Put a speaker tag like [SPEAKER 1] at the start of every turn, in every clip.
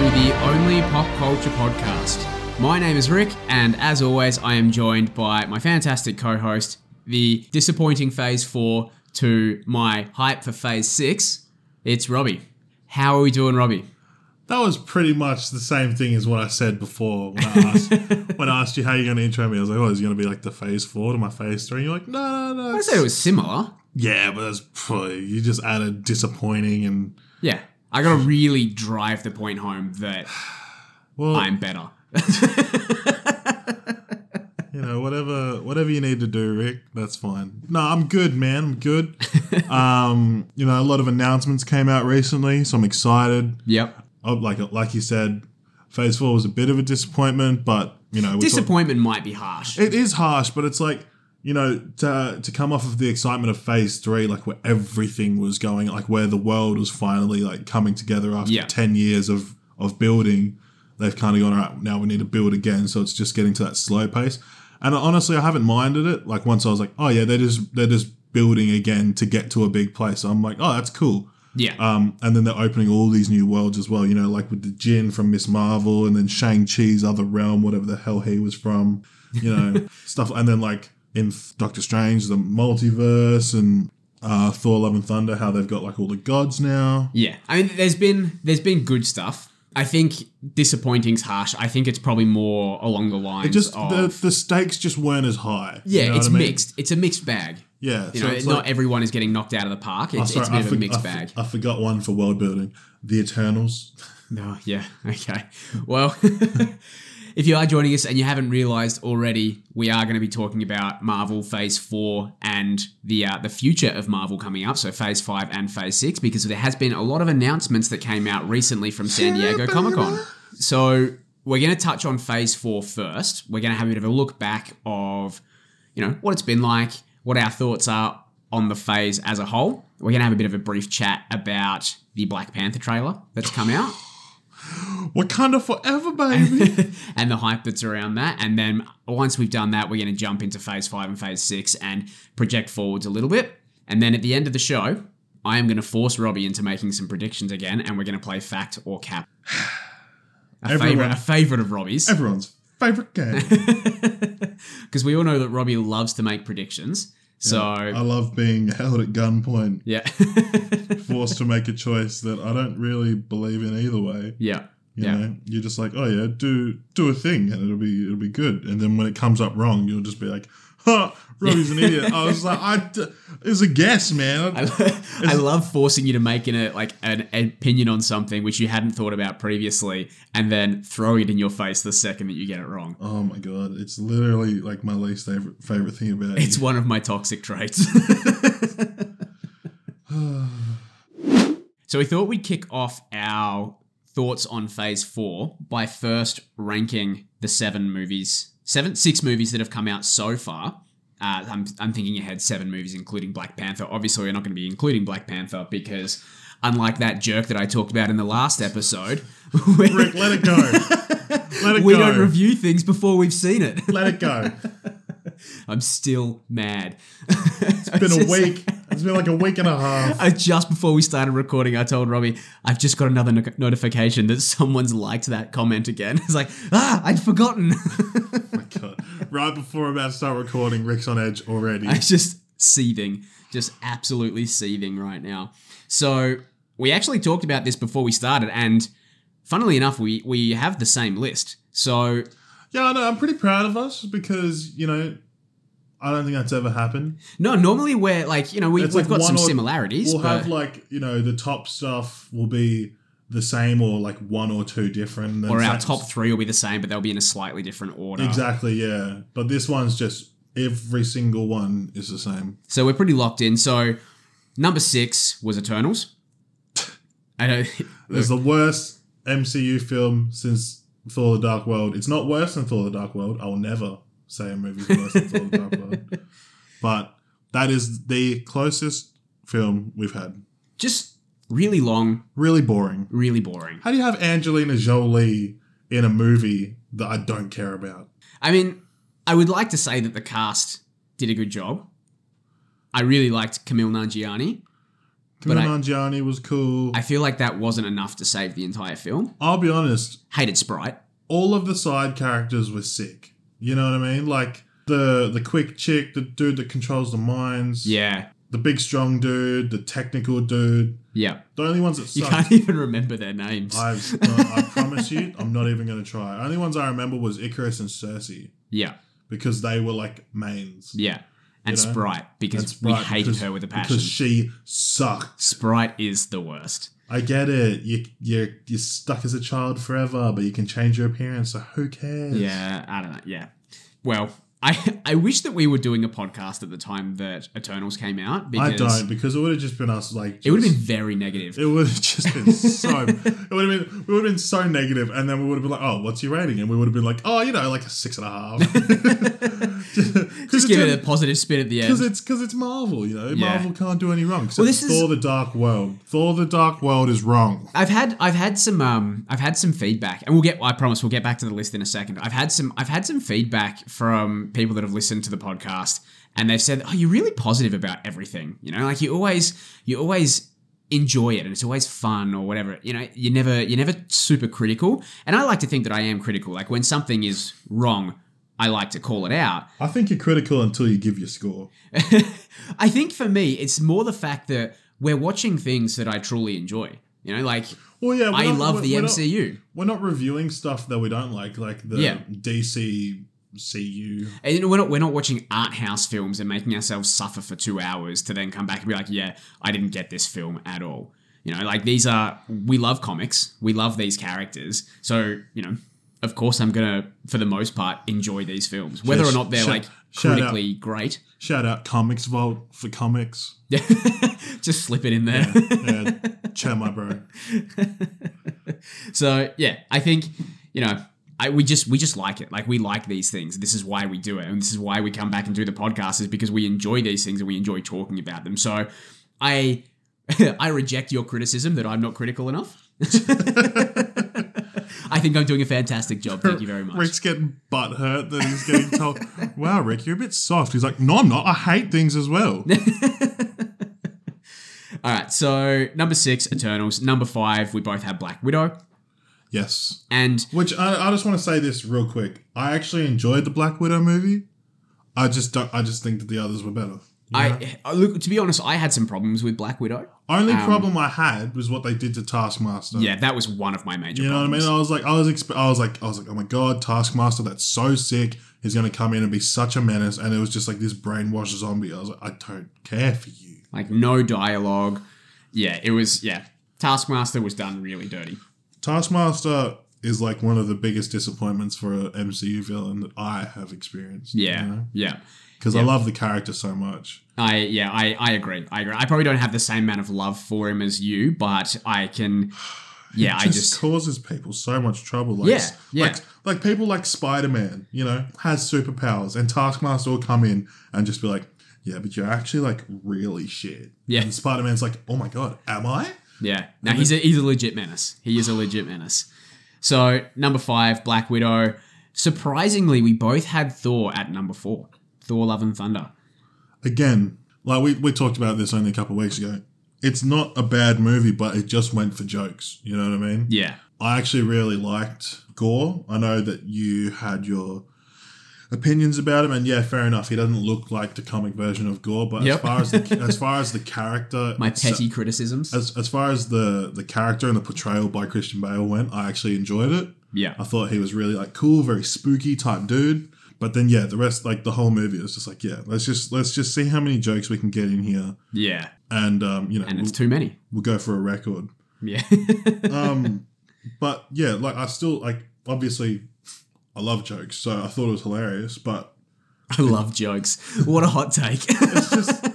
[SPEAKER 1] only pop culture podcast. My name is Rick, and as always, I am joined by my fantastic co host, the disappointing Phase 4 to my hype for Phase 6. It's Robbie. How are we doing, Robbie?
[SPEAKER 2] That was pretty much the same thing as what I said before when I asked, when I asked you how you're going to intro me. I was like, oh, is it going to be like the phase four to my phase three? And you're like, no, no, no.
[SPEAKER 1] I
[SPEAKER 2] it's-
[SPEAKER 1] said it was similar.
[SPEAKER 2] yeah, but that's probably, you just added disappointing and,
[SPEAKER 1] Yeah. I gotta really drive the point home that
[SPEAKER 2] well,
[SPEAKER 1] I'm better.
[SPEAKER 2] you know, whatever whatever you need to do, Rick, that's fine. No, I'm good, man. I'm good. um, you know, a lot of announcements came out recently, so I'm excited.
[SPEAKER 1] Yep.
[SPEAKER 2] Oh, like like you said, phase four was a bit of a disappointment, but, you know, we talked-
[SPEAKER 1] Disappointment might be harsh.
[SPEAKER 2] It is harsh, but it's like you know to to come off of the excitement of phase three, like where everything was going, like where the world was finally like coming together after
[SPEAKER 1] Yeah.
[SPEAKER 2] ten years of of building. They've kind of gone all right now. We need to build again, so it's just getting to that slow pace. And honestly, I haven't minded it. Like once I was like, oh yeah, they're just they're just building again to get to a big place. I'm like, oh that's cool.
[SPEAKER 1] Yeah.
[SPEAKER 2] Um, and then they're opening all these new worlds as well, you know, like with the Jin from Miss Marvel and then Shang-Chi's other realm, whatever the hell he was from, you know, stuff. And then like in Doctor Strange, the multiverse and uh, Thor Love and Thunder, how they've got like all the gods now.
[SPEAKER 1] Yeah, I mean, there's been there's been good stuff. I think disappointing's harsh. I think it's probably more along the lines
[SPEAKER 2] Just
[SPEAKER 1] of
[SPEAKER 2] the, the stakes just weren't as high. you
[SPEAKER 1] yeah,
[SPEAKER 2] know
[SPEAKER 1] it's
[SPEAKER 2] what I mean?
[SPEAKER 1] mixed. It's a mixed bag.
[SPEAKER 2] Yeah.
[SPEAKER 1] You
[SPEAKER 2] so
[SPEAKER 1] know,
[SPEAKER 2] it's
[SPEAKER 1] not
[SPEAKER 2] like- Oh,
[SPEAKER 1] everyone is getting knocked out of the park. It's,
[SPEAKER 2] sorry,
[SPEAKER 1] it's a bit
[SPEAKER 2] I
[SPEAKER 1] of a
[SPEAKER 2] forg-
[SPEAKER 1] mixed
[SPEAKER 2] I
[SPEAKER 1] bag.
[SPEAKER 2] f- I forgot one for world building. The Eternals.
[SPEAKER 1] No, yeah, okay. Well, if you are joining us and you haven't realised already, we are going to be talking about Marvel Phase Four and the uh, the future of Marvel coming up. So Phase Five and Phase Six, because there has been a lot of announcements that came out recently from San Diego Comic Con. So we're going to touch on Phase Four first. We're going to have a bit of a look back of you know, what it's been like, what our thoughts are on the phase as a whole. We're going to have a bit of a brief chat about the Black Panther trailer that's come out
[SPEAKER 2] Wakanda forever, baby.
[SPEAKER 1] and the hype that's around that. And then once we've done that, we're going to jump into phase five and phase six and project forwards a little bit. And then at the end of the show, I am going to force Robbie into making some predictions again, and we're going to play fact or cap. A
[SPEAKER 2] Everyone-
[SPEAKER 1] favorite, a favorite of Robbie's,
[SPEAKER 2] Everyone's favorite game.
[SPEAKER 1] because we all know that Robbie loves to make predictions. So
[SPEAKER 2] I love being held at gunpoint.
[SPEAKER 1] yeah.
[SPEAKER 2] forced to make a choice that I don't really believe in either way.
[SPEAKER 1] Yeah.
[SPEAKER 2] You
[SPEAKER 1] yeah.
[SPEAKER 2] know, you're just like, oh yeah, do do a thing, and it'll be it'll be good. And then when it comes up wrong, you'll just be like, "Huh, Robbie's an idiot." I was like, "I d- it's a guess, man."
[SPEAKER 1] I, I love forcing you to make an, a, like an opinion on something which you hadn't thought about previously and then throwing it in your face the second that you get it wrong.
[SPEAKER 2] oh my god, it's literally like my least favorite favorite thing about
[SPEAKER 1] It's
[SPEAKER 2] you.
[SPEAKER 1] one of my toxic traits. so we thought we'd kick off our thoughts on phase four by first ranking the seven movies, seven, six movies that have come out so far. Uh, I'm, I'm thinking ahead seven movies, including Black Panther. Obviously, we're not going to be including Black Panther because, unlike that jerk that I talked about in the last episode, we,
[SPEAKER 2] Rick, let it go. let it
[SPEAKER 1] we
[SPEAKER 2] go.
[SPEAKER 1] don't review things before we've seen it.
[SPEAKER 2] let it go.
[SPEAKER 1] I'm still mad.
[SPEAKER 2] It's been a week. It's been like a week and a half.
[SPEAKER 1] I just before we started recording, I told Robbie, I've just got another no- notification that someone's liked that comment again. It's like, ah, I'd forgotten.
[SPEAKER 2] God. Right before we're about to start recording, Rick's on edge already.
[SPEAKER 1] I'm just seething, just absolutely seething right now. So we actually talked about this before we started, and funnily enough, we we have the same list. So
[SPEAKER 2] Yeah, I know. I'm pretty proud of us because you know, I don't think that's ever happened.
[SPEAKER 1] no, normally we're like, you know, we, we've
[SPEAKER 2] It's like
[SPEAKER 1] got
[SPEAKER 2] one
[SPEAKER 1] some
[SPEAKER 2] or-
[SPEAKER 1] similarities,
[SPEAKER 2] We'll
[SPEAKER 1] but
[SPEAKER 2] have like you know the top stuff will be the same or like one or two different. and then
[SPEAKER 1] or our
[SPEAKER 2] that's-
[SPEAKER 1] top three will be the same, but they'll be in a slightly different order.
[SPEAKER 2] Exactly. Yeah, but this one's just every single one is the same.
[SPEAKER 1] So we're pretty locked in. So number six was Eternals. I don't.
[SPEAKER 2] It's the worst MCU film since Thor: The Dark World. It's not worse than Thor: The Dark World. I will never say a movie's worse than Thor: The Dark World, but that is the closest film we've had.
[SPEAKER 1] Just really long,
[SPEAKER 2] Really boring.
[SPEAKER 1] really boring.
[SPEAKER 2] How do you have Angelina Jolie in a movie that I don't care about?
[SPEAKER 1] I mean, I would like to say that the cast did a good job. I really liked Camille Nanjiani. But
[SPEAKER 2] Kumail
[SPEAKER 1] I-
[SPEAKER 2] Nanjiani was cool.
[SPEAKER 1] I feel like that wasn't enough to save the entire film.
[SPEAKER 2] I'll be honest,
[SPEAKER 1] Hated Sprite.
[SPEAKER 2] all of the side characters were sick. You know what I mean? Like the the quick chick, the dude that controls the mines,
[SPEAKER 1] Yeah.
[SPEAKER 2] the big strong dude, the technical dude.
[SPEAKER 1] Yeah.
[SPEAKER 2] The only ones that
[SPEAKER 1] You
[SPEAKER 2] sucked.
[SPEAKER 1] can't even remember their names.
[SPEAKER 2] I've, uh, I promise you, I'm not even going to try. Only ones I remember was Icarus and Cersei
[SPEAKER 1] yeah.
[SPEAKER 2] because they were like mains.
[SPEAKER 1] Yeah. And
[SPEAKER 2] You know?
[SPEAKER 1] Sprite because
[SPEAKER 2] That's right,
[SPEAKER 1] we hated
[SPEAKER 2] because-
[SPEAKER 1] her with a passion.
[SPEAKER 2] Because she sucked.
[SPEAKER 1] Sprite is the worst.
[SPEAKER 2] I get it. You you you're stuck as a child forever, but you can change your appearance. So who cares?
[SPEAKER 1] Yeah, I don't know. Yeah. Well, I I wish that we were doing a podcast at the time that Eternals came out because
[SPEAKER 2] I don't because it would have just been us. Like
[SPEAKER 1] it would have
[SPEAKER 2] just-
[SPEAKER 1] been very negative.
[SPEAKER 2] It would have just been so. it would have been. We would have been so negative, and then we would have been like, "Oh, what's your rating?" And we would have been like, "Oh, you know, like a six and a half."
[SPEAKER 1] Just give it a positive spin at the
[SPEAKER 2] because
[SPEAKER 1] end.
[SPEAKER 2] it's because it's Marvel. You know,
[SPEAKER 1] Yeah.
[SPEAKER 2] Marvel can't do any wrong. Except
[SPEAKER 1] Well, this is-
[SPEAKER 2] Thor: The Dark World. Thor: The Dark World is wrong.
[SPEAKER 1] I've had I've had some um I've had some feedback and we'll get I promise we'll get back to the list in a second. I've had some I've had some feedback from people that have listened to the podcast and they've said, "Oh, you're really positive about everything." You know, like you always you always enjoy it and it's always fun or whatever. You know, you never you're never super critical. And I like to think that I am critical. Like when something is wrong, I like to call it out.
[SPEAKER 2] I think you're critical until you give your score.
[SPEAKER 1] I think for me, it's more the fact that we're watching things that I truly enjoy. You know, like
[SPEAKER 2] Well, yeah, we're
[SPEAKER 1] I
[SPEAKER 2] not-
[SPEAKER 1] love
[SPEAKER 2] we're-
[SPEAKER 1] the
[SPEAKER 2] we're not-
[SPEAKER 1] MCU.
[SPEAKER 2] we're not reviewing stuff that we don't like, like the
[SPEAKER 1] Yeah.
[SPEAKER 2] DC CU.
[SPEAKER 1] And you know, we're not we're not watching art house films and making ourselves suffer for two hours to then come back and be like, yeah, I didn't get this film at all. You know, like these are we love comics, we love these characters, so you know, of course, I'm gonna for the most part enjoy these films, whether or not they're
[SPEAKER 2] Shout-
[SPEAKER 1] like
[SPEAKER 2] shout out.
[SPEAKER 1] critically great.
[SPEAKER 2] Shout out Comics Vault for comics.
[SPEAKER 1] Yeah, just slip it in there.
[SPEAKER 2] Yeah, yeah. Cheer my bro.
[SPEAKER 1] So yeah, I think you know, I we just we just like it. Like we like these things. This is why we do it, and this is why we come back and do the podcast is because we enjoy these things and we enjoy talking about them. So I I reject your criticism that I'm not critical enough. I think I'm doing a fantastic job. Thank you very much.
[SPEAKER 2] Rick's getting butt hurt that he's getting told, "Wow, Rick, you're a bit soft." He's like, "No, I'm not. I hate things as well."
[SPEAKER 1] All right. So number six, Eternals. Number five, we both have Black Widow,
[SPEAKER 2] yes.
[SPEAKER 1] and
[SPEAKER 2] Which I, I just want to say this real quick. I actually enjoyed the Black Widow movie. I just don't, I just think that the others were better. you know?
[SPEAKER 1] I I look to be honest, I had some problems with Black Widow.
[SPEAKER 2] only problem I had was what they did to Taskmaster.
[SPEAKER 1] Yeah, that was one of my major.
[SPEAKER 2] You know what I
[SPEAKER 1] problems.
[SPEAKER 2] mean? I was like, I was, exp- I was like, I was like, oh my god, Taskmaster, that's so sick. He's gonna come in and be such a menace, and it was just like this brainwashed zombie. I was like, I don't care for you.
[SPEAKER 1] like no dialogue. Yeah, it was yeah. Taskmaster was done really dirty.
[SPEAKER 2] Taskmaster is like one of the biggest disappointments for a MCU villain that I have experienced.
[SPEAKER 1] Yeah, yeah.
[SPEAKER 2] because
[SPEAKER 1] Yeah.
[SPEAKER 2] I love the character so much.
[SPEAKER 1] I yeah I I agree. I agree. I probably don't have the same amount of love for him as you, but I can. Yeah,
[SPEAKER 2] it
[SPEAKER 1] I just
[SPEAKER 2] causes people so much trouble. Like,
[SPEAKER 1] Yeah,
[SPEAKER 2] s-
[SPEAKER 1] yeah.
[SPEAKER 2] Like, like people like Spider Man, you know, has superpowers, and Taskmaster will come in and just be like, "Yeah, but you're actually like really shit."
[SPEAKER 1] Yeah.
[SPEAKER 2] and Spider Man's like, "Oh my god, am I?"
[SPEAKER 1] yeah. No, he's a he's a legit menace. He is a legit menace. So number five, Black Widow. Surprisingly, we both had Thor at number four. Thor: Love and Thunder.
[SPEAKER 2] Again, like we we talked about this only a couple of weeks ago. It's not a bad movie, but it just went for jokes. You know what I mean?
[SPEAKER 1] Yeah,
[SPEAKER 2] I actually really liked Gore. I know that you had your opinions about him, and yeah, fair enough. He doesn't look like the comic version of Gore, but
[SPEAKER 1] Yep.
[SPEAKER 2] as far as the, as far as the character,
[SPEAKER 1] my petty criticisms.
[SPEAKER 2] as, as far as the the character and the portrayal by Christian Bale went, I actually enjoyed it.
[SPEAKER 1] yeah,
[SPEAKER 2] I thought he was really like cool, very spooky type dude. But then yeah, the rest like the whole movie was just like yeah, let's just let's just see how many jokes we can get in here,
[SPEAKER 1] yeah,
[SPEAKER 2] and um, you know
[SPEAKER 1] and
[SPEAKER 2] we'll,
[SPEAKER 1] it's too many.
[SPEAKER 2] we'll go for a record
[SPEAKER 1] Yeah,
[SPEAKER 2] um, but yeah, like I still like obviously I love jokes, so I thought it was hilarious. But
[SPEAKER 1] I love jokes. What a hot take.
[SPEAKER 2] it's just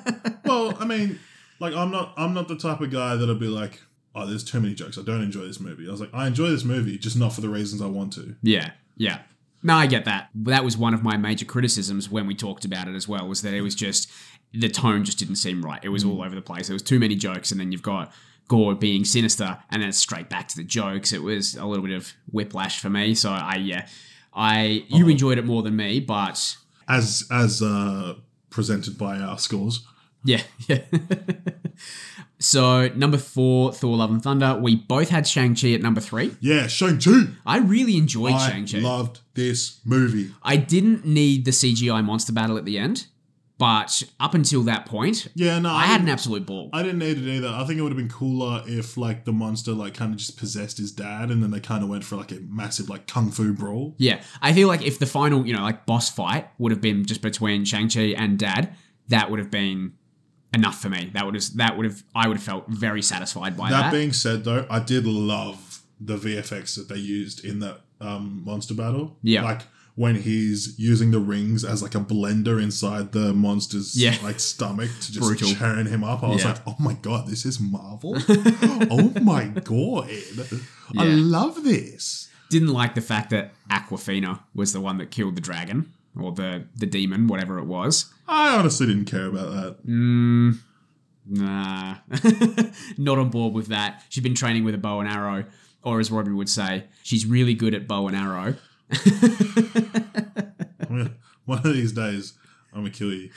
[SPEAKER 2] well, I mean, like I'm not I'm not the type of guy that'll be like, oh, there's too many jokes. I don't enjoy this movie. I was like, I enjoy this movie, just not for the reasons I want to.
[SPEAKER 1] Yeah, yeah. No, I get that. That was one of my major criticisms when we talked about it as well, was that it was just the tone just didn't seem right. It was all over the place. There was too many jokes, and then you've got Gore being sinister, and then it's straight back to the jokes. It was a little bit of whiplash for me. So I, yeah, I you enjoyed it more than me, but
[SPEAKER 2] As as uh, presented by our scores,
[SPEAKER 1] yeah, yeah. So number four, Thor: Love and Thunder. We both had Shang Chi at number three.
[SPEAKER 2] Yeah, Shang-Chi.
[SPEAKER 1] I really enjoyed
[SPEAKER 2] I
[SPEAKER 1] Shang Chi.
[SPEAKER 2] loved this movie.
[SPEAKER 1] I didn't need the CGI monster battle at the end, but up until that point,
[SPEAKER 2] Yeah, no,
[SPEAKER 1] I had an absolute ball.
[SPEAKER 2] I didn't need it either. I think it would have been cooler if like the monster like kind of just possessed his dad, and then they kind of went for like a massive like kung fu brawl.
[SPEAKER 1] Yeah, I feel like if the final, you know, like boss fight would have been just between Shang Chi and Dad, that would have been enough for me. That would have that would have I would have felt very satisfied by
[SPEAKER 2] that
[SPEAKER 1] that.
[SPEAKER 2] being said, though, I did love the VFX that they used in that um, monster battle.
[SPEAKER 1] Yeah.
[SPEAKER 2] like when he's using the rings as like a blender inside the monster's
[SPEAKER 1] Yeah.
[SPEAKER 2] like stomach to just
[SPEAKER 1] Brutal.
[SPEAKER 2] churn him up. I was
[SPEAKER 1] Yeah.
[SPEAKER 2] like, oh my god, this is Marvel. oh my god, I
[SPEAKER 1] Yeah.
[SPEAKER 2] love this.
[SPEAKER 1] Didn't like the fact that Aquafina was the one that killed the dragon or the the demon, whatever it was.
[SPEAKER 2] I honestly didn't care about that.
[SPEAKER 1] Mm, nah, not on board with that. She's been training with a bow and arrow, or as Robbie would say, she's really good at bow and arrow.
[SPEAKER 2] I'm gonna- One of these days, I'm gonna kill you.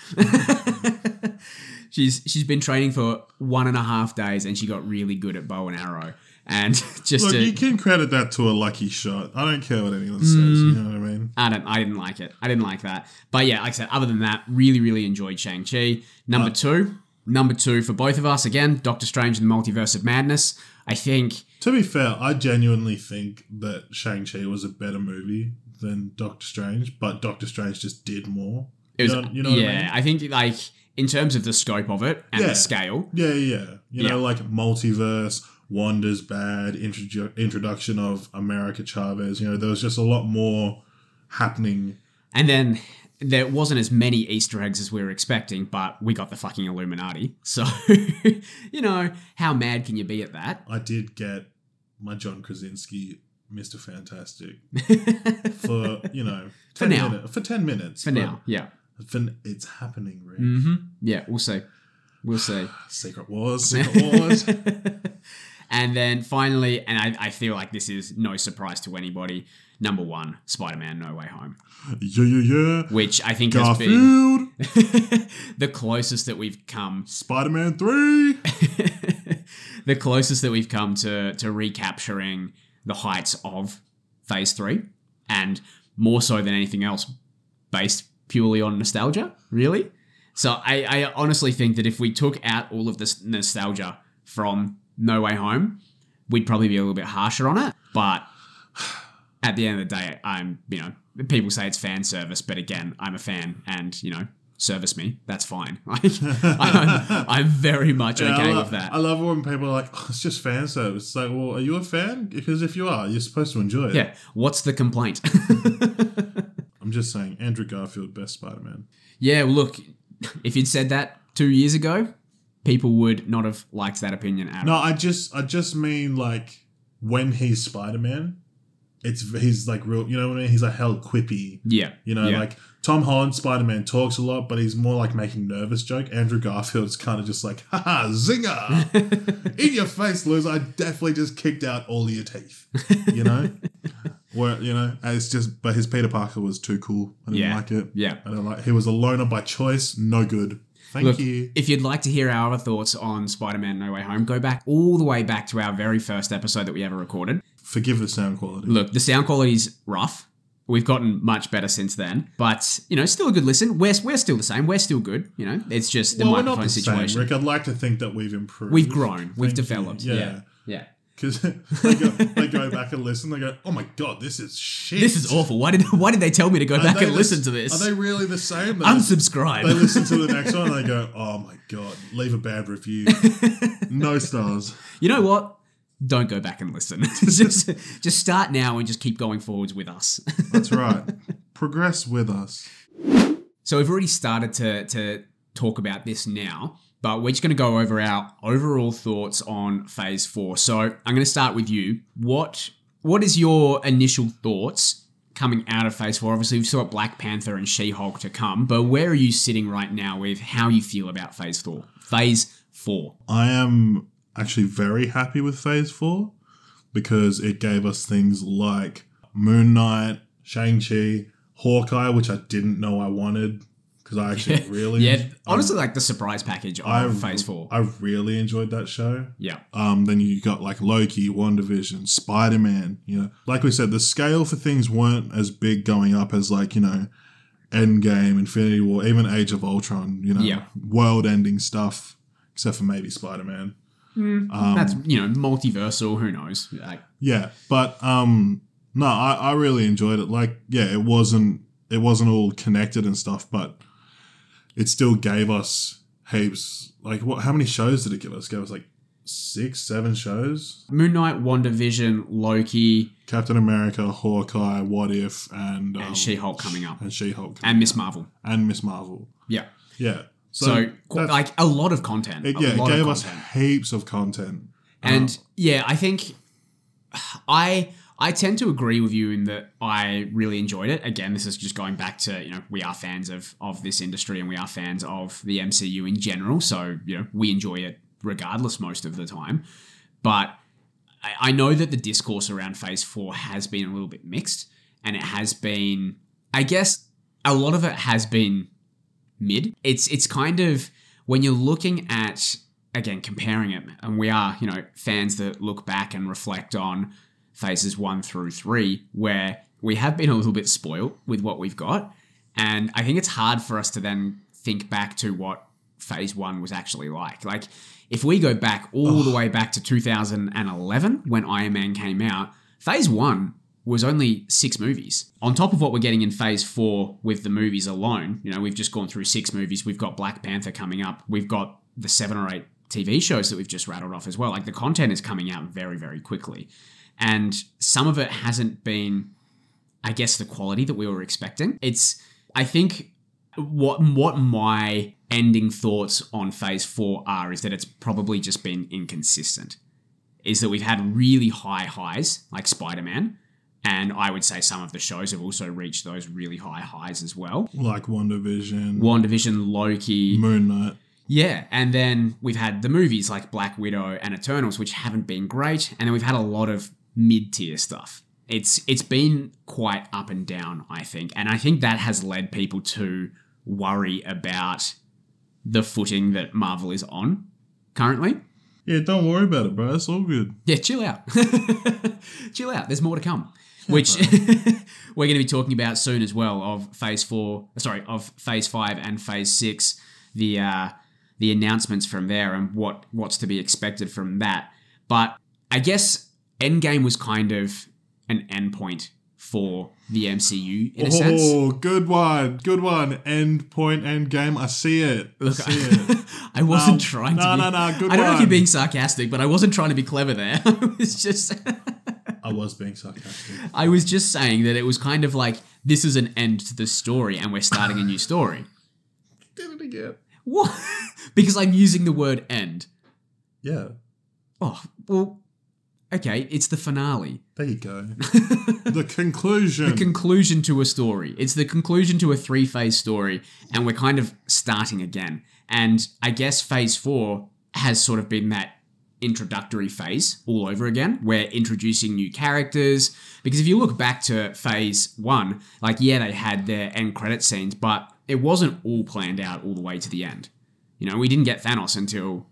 [SPEAKER 1] she's she's been training for one and a half days and she got really good at bow and arrow and just
[SPEAKER 2] Look,
[SPEAKER 1] to,
[SPEAKER 2] you can credit that to a lucky shot. I don't care what anyone says.
[SPEAKER 1] Mm.
[SPEAKER 2] You know what I mean?
[SPEAKER 1] I don't I didn't like it I didn't like that but yeah like I said other than that really really enjoyed Shang Chi number two number two for both of us again Doctor Strange and the Multiverse of Madness I think
[SPEAKER 2] To be fair, I genuinely think that Shang Chi was a better movie than Doctor Strange, but Doctor Strange just did more.
[SPEAKER 1] it was
[SPEAKER 2] you know, you know what I
[SPEAKER 1] yeah
[SPEAKER 2] mean?
[SPEAKER 1] I, think like in terms of the scope of it and
[SPEAKER 2] Yeah.
[SPEAKER 1] the scale
[SPEAKER 2] Yeah, yeah. yeah. You
[SPEAKER 1] Yeah.
[SPEAKER 2] know, like multiverse, Wanda's bad, introdu- introduction of America Chavez. You know, there was just a lot more happening.
[SPEAKER 1] and then. There wasn't as many Easter eggs as we were expecting, but we got the fucking Illuminati. So, you know, how mad can you be at that?
[SPEAKER 2] I did get my John Krasinski, Mr. Fantastic, for, you know, 10
[SPEAKER 1] now.
[SPEAKER 2] minute- for 10 minutes.
[SPEAKER 1] For
[SPEAKER 2] but-
[SPEAKER 1] now, yeah.
[SPEAKER 2] Fin- it's happening, Rick.
[SPEAKER 1] hmm Yeah, we'll see. We'll see.
[SPEAKER 2] Secret Wars, Secret Wars.
[SPEAKER 1] and then finally, and I, I feel like this is no surprise to anybody. Number one, Spider-Man: No Way Home,
[SPEAKER 2] yeah, yeah, yeah.
[SPEAKER 1] which I think has been
[SPEAKER 2] Garfield,
[SPEAKER 1] the closest that we've come,
[SPEAKER 2] Spider Man 3.
[SPEAKER 1] the closest that we've come to to recapturing the heights of Phase Three, and more so than anything else, based purely on nostalgia, really. So I, I honestly think that if we took out all of this nostalgia from No Way Home, we'd probably be a little bit harsher on it. But at the end of the day, I'm you know people say it's fan service, but again, I'm a fan, and you know service me, that's fine. Like I'm, I'm very much
[SPEAKER 2] Yeah, I,
[SPEAKER 1] okay
[SPEAKER 2] lo-
[SPEAKER 1] with that.
[SPEAKER 2] I love it when people are like, oh, it's just fan service. It's like, well, are you a fan? Because if you are, you're supposed to enjoy it.
[SPEAKER 1] yeah, what's the complaint?
[SPEAKER 2] I'm just saying, Andrew Garfield, best Spider Man.
[SPEAKER 1] Yeah, well, look, if you'd said that two years ago, people would not have liked that opinion at all.
[SPEAKER 2] No, I just, I just mean like when he's Spider Man, it's he's like real, you know what I mean? He's like hell quippy.
[SPEAKER 1] Yeah.
[SPEAKER 2] You know,
[SPEAKER 1] Yeah.
[SPEAKER 2] like Tom Holland, Spider Man talks a lot, but he's more like making nervous joke. Andrew Garfield's kind of just like, haha, zinger! In your face, loser! I definitely just kicked out all your teeth. You know, where you know, and it's just. But his Peter Parker was too cool. I didn't
[SPEAKER 1] Yeah.
[SPEAKER 2] like it.
[SPEAKER 1] Yeah.
[SPEAKER 2] I don't like. He was a loner by choice. No good. Thank
[SPEAKER 1] Look,
[SPEAKER 2] you.
[SPEAKER 1] if you'd like to hear our other thoughts on Spider Man No Way Home, go back all the way back to our very first episode that we ever recorded.
[SPEAKER 2] Forgive the sound quality.
[SPEAKER 1] Look, the sound quality's rough. We've gotten much better since then, but you know, still a good listen. We're, we're still the same. We're still good. You know, it's just the
[SPEAKER 2] well, we're
[SPEAKER 1] microphone
[SPEAKER 2] not the
[SPEAKER 1] situation.
[SPEAKER 2] same, Rick. I'd like to think that we've improved.
[SPEAKER 1] We've grown. We've
[SPEAKER 2] Thank you.
[SPEAKER 1] developed. yeah. Yeah.
[SPEAKER 2] Because they, go, they go back and listen. They go, "Oh my god, this is shit.
[SPEAKER 1] This is awful. Why did why did they tell me to go
[SPEAKER 2] Are
[SPEAKER 1] back
[SPEAKER 2] they
[SPEAKER 1] and
[SPEAKER 2] lis-
[SPEAKER 1] listen to this?
[SPEAKER 2] Are they really the same? They,
[SPEAKER 1] Unsubscribe.
[SPEAKER 2] they listen to the next one and they go, "Oh my god, leave a bad review, no stars."
[SPEAKER 1] you know what? Don't go back and listen. just, just start now and just keep going forwards with us.
[SPEAKER 2] That's right. Progress with us.
[SPEAKER 1] so we've already started to to talk about this now, but we're just going to go over our overall thoughts on Phase Four. So I'm going to start with you. What what is your initial thoughts? Coming out of Phase Four, obviously we saw Black Panther and She Hulk to come, but where are you sitting right now with how you feel about Phase Four? Phase Four,
[SPEAKER 2] I am actually very happy with Phase Four because it gave us things like Moon Knight, Shang Chi, Hawkeye, which I didn't know I wanted. because I actually really,
[SPEAKER 1] yeah,
[SPEAKER 2] I-
[SPEAKER 1] honestly, like the surprise package of
[SPEAKER 2] I-
[SPEAKER 1] Phase Four.
[SPEAKER 2] I really enjoyed that show.
[SPEAKER 1] yeah,
[SPEAKER 2] Um, then you got like Loki, WandaVision, Spider Man. You know, like we said, the scale for things weren't as big going up as like you know, Endgame, Infinity War, even Age of Ultron. You know,
[SPEAKER 1] Yeah.
[SPEAKER 2] world-ending stuff, except for maybe Spider Man. um,
[SPEAKER 1] that's you know multiversal. Who knows? Like,
[SPEAKER 2] Yeah, but um, no, I, I really enjoyed it. Like, yeah, it wasn't it wasn't all connected and stuff, but it still gave us heaps. Like, what? How many shows did it give us? It gave us like six, seven shows.
[SPEAKER 1] Moon Knight, WandaVision, Loki,
[SPEAKER 2] Captain America, Hawkeye, What If, and, um,
[SPEAKER 1] and She Hulk coming up,
[SPEAKER 2] and She Hulk,
[SPEAKER 1] and Miss Marvel.
[SPEAKER 2] and Miss Marvel.
[SPEAKER 1] Yeah.
[SPEAKER 2] Yeah. So,
[SPEAKER 1] So, qu
[SPEAKER 2] that's-
[SPEAKER 1] like a lot of content.
[SPEAKER 2] it,
[SPEAKER 1] a
[SPEAKER 2] yeah, it
[SPEAKER 1] lot of
[SPEAKER 2] gave us
[SPEAKER 1] content.
[SPEAKER 2] heaps of content.
[SPEAKER 1] And
[SPEAKER 2] Um,
[SPEAKER 1] yeah, I think I I tend to agree with you in that I really enjoyed it. Again, this is just going back to, you know, we are fans of of this industry and we are fans of the MCU in general, so, you know, we enjoy it regardless most of the time. But I, I know that the discourse around phase four has been a little bit mixed and it has been I guess a lot of it has been mid. It's it's kind of when you're looking at again comparing it, and we are you know fans that look back and reflect on phases one through three, where we have been a little bit spoiled with what we've got, and I think it's hard for us to then think back to what phase one was actually like. Like if we go back all the way back to 2011 when Iron Man came out, phase one was only six movies. On top of what we're getting in phase four with the movies alone, you know, we've just gone through six movies. We've got Black Panther coming up. We've got the seven or eight TV shows that we've just rattled off as well. Like the content is coming out very, very quickly. And some of it hasn't been, I guess, the quality that we were expecting. It's, I think, what what my ending thoughts on phase four are is that it's probably just been inconsistent. Is that we've had really high highs, like Spider Man, and I would say some of the shows have also reached those really high highs as well.
[SPEAKER 2] Like WandaVision,
[SPEAKER 1] WandaVision, Loki,
[SPEAKER 2] Moon Knight.
[SPEAKER 1] yeah, and then we've had the movies like Black Widow and Eternals, which haven't been great, and then we've had a lot of mid-tier stuff. It's it's been quite up and down, I think, and I think that has led people to worry about the footing that Marvel is on currently.
[SPEAKER 2] Yeah, don't worry about it, bro. It's all good.
[SPEAKER 1] Yeah, chill out. chill out. There's more to come. Which we're going to be talking about soon as well of phase four, sorry, of phase five and phase six, the uh, the announcements from there and what what's to be expected from that. But I guess Endgame was kind of an endpoint for the MCU in a sense.
[SPEAKER 2] Oh, good one, good one. End point, end game. I see it. I
[SPEAKER 1] Look,
[SPEAKER 2] see it.
[SPEAKER 1] I, I wasn't
[SPEAKER 2] No,
[SPEAKER 1] trying to.
[SPEAKER 2] no,
[SPEAKER 1] be,
[SPEAKER 2] no, no, good
[SPEAKER 1] I don't know if
[SPEAKER 2] one.
[SPEAKER 1] you're being sarcastic, but I wasn't trying to be clever there. I was just.
[SPEAKER 2] I was being sarcastic.
[SPEAKER 1] I was just saying that it was kind of like this is an end to the story and we're starting a new story.
[SPEAKER 2] Did it again?
[SPEAKER 1] What? because I'm using the word end.
[SPEAKER 2] Yeah,
[SPEAKER 1] Oh, well, okay, it's the finale.
[SPEAKER 2] there you go. the conclusion.
[SPEAKER 1] Conclusion to a story. It's the conclusion to a three phase story and we're kind of starting again. And I guess phase four has sort of been that introductory phase all over again. We're introducing new characters. Because if you look back to phase one, like, yeah, they had their end credit scenes, but it wasn't all planned out all the way to the end. You know, we didn't get Thanos until,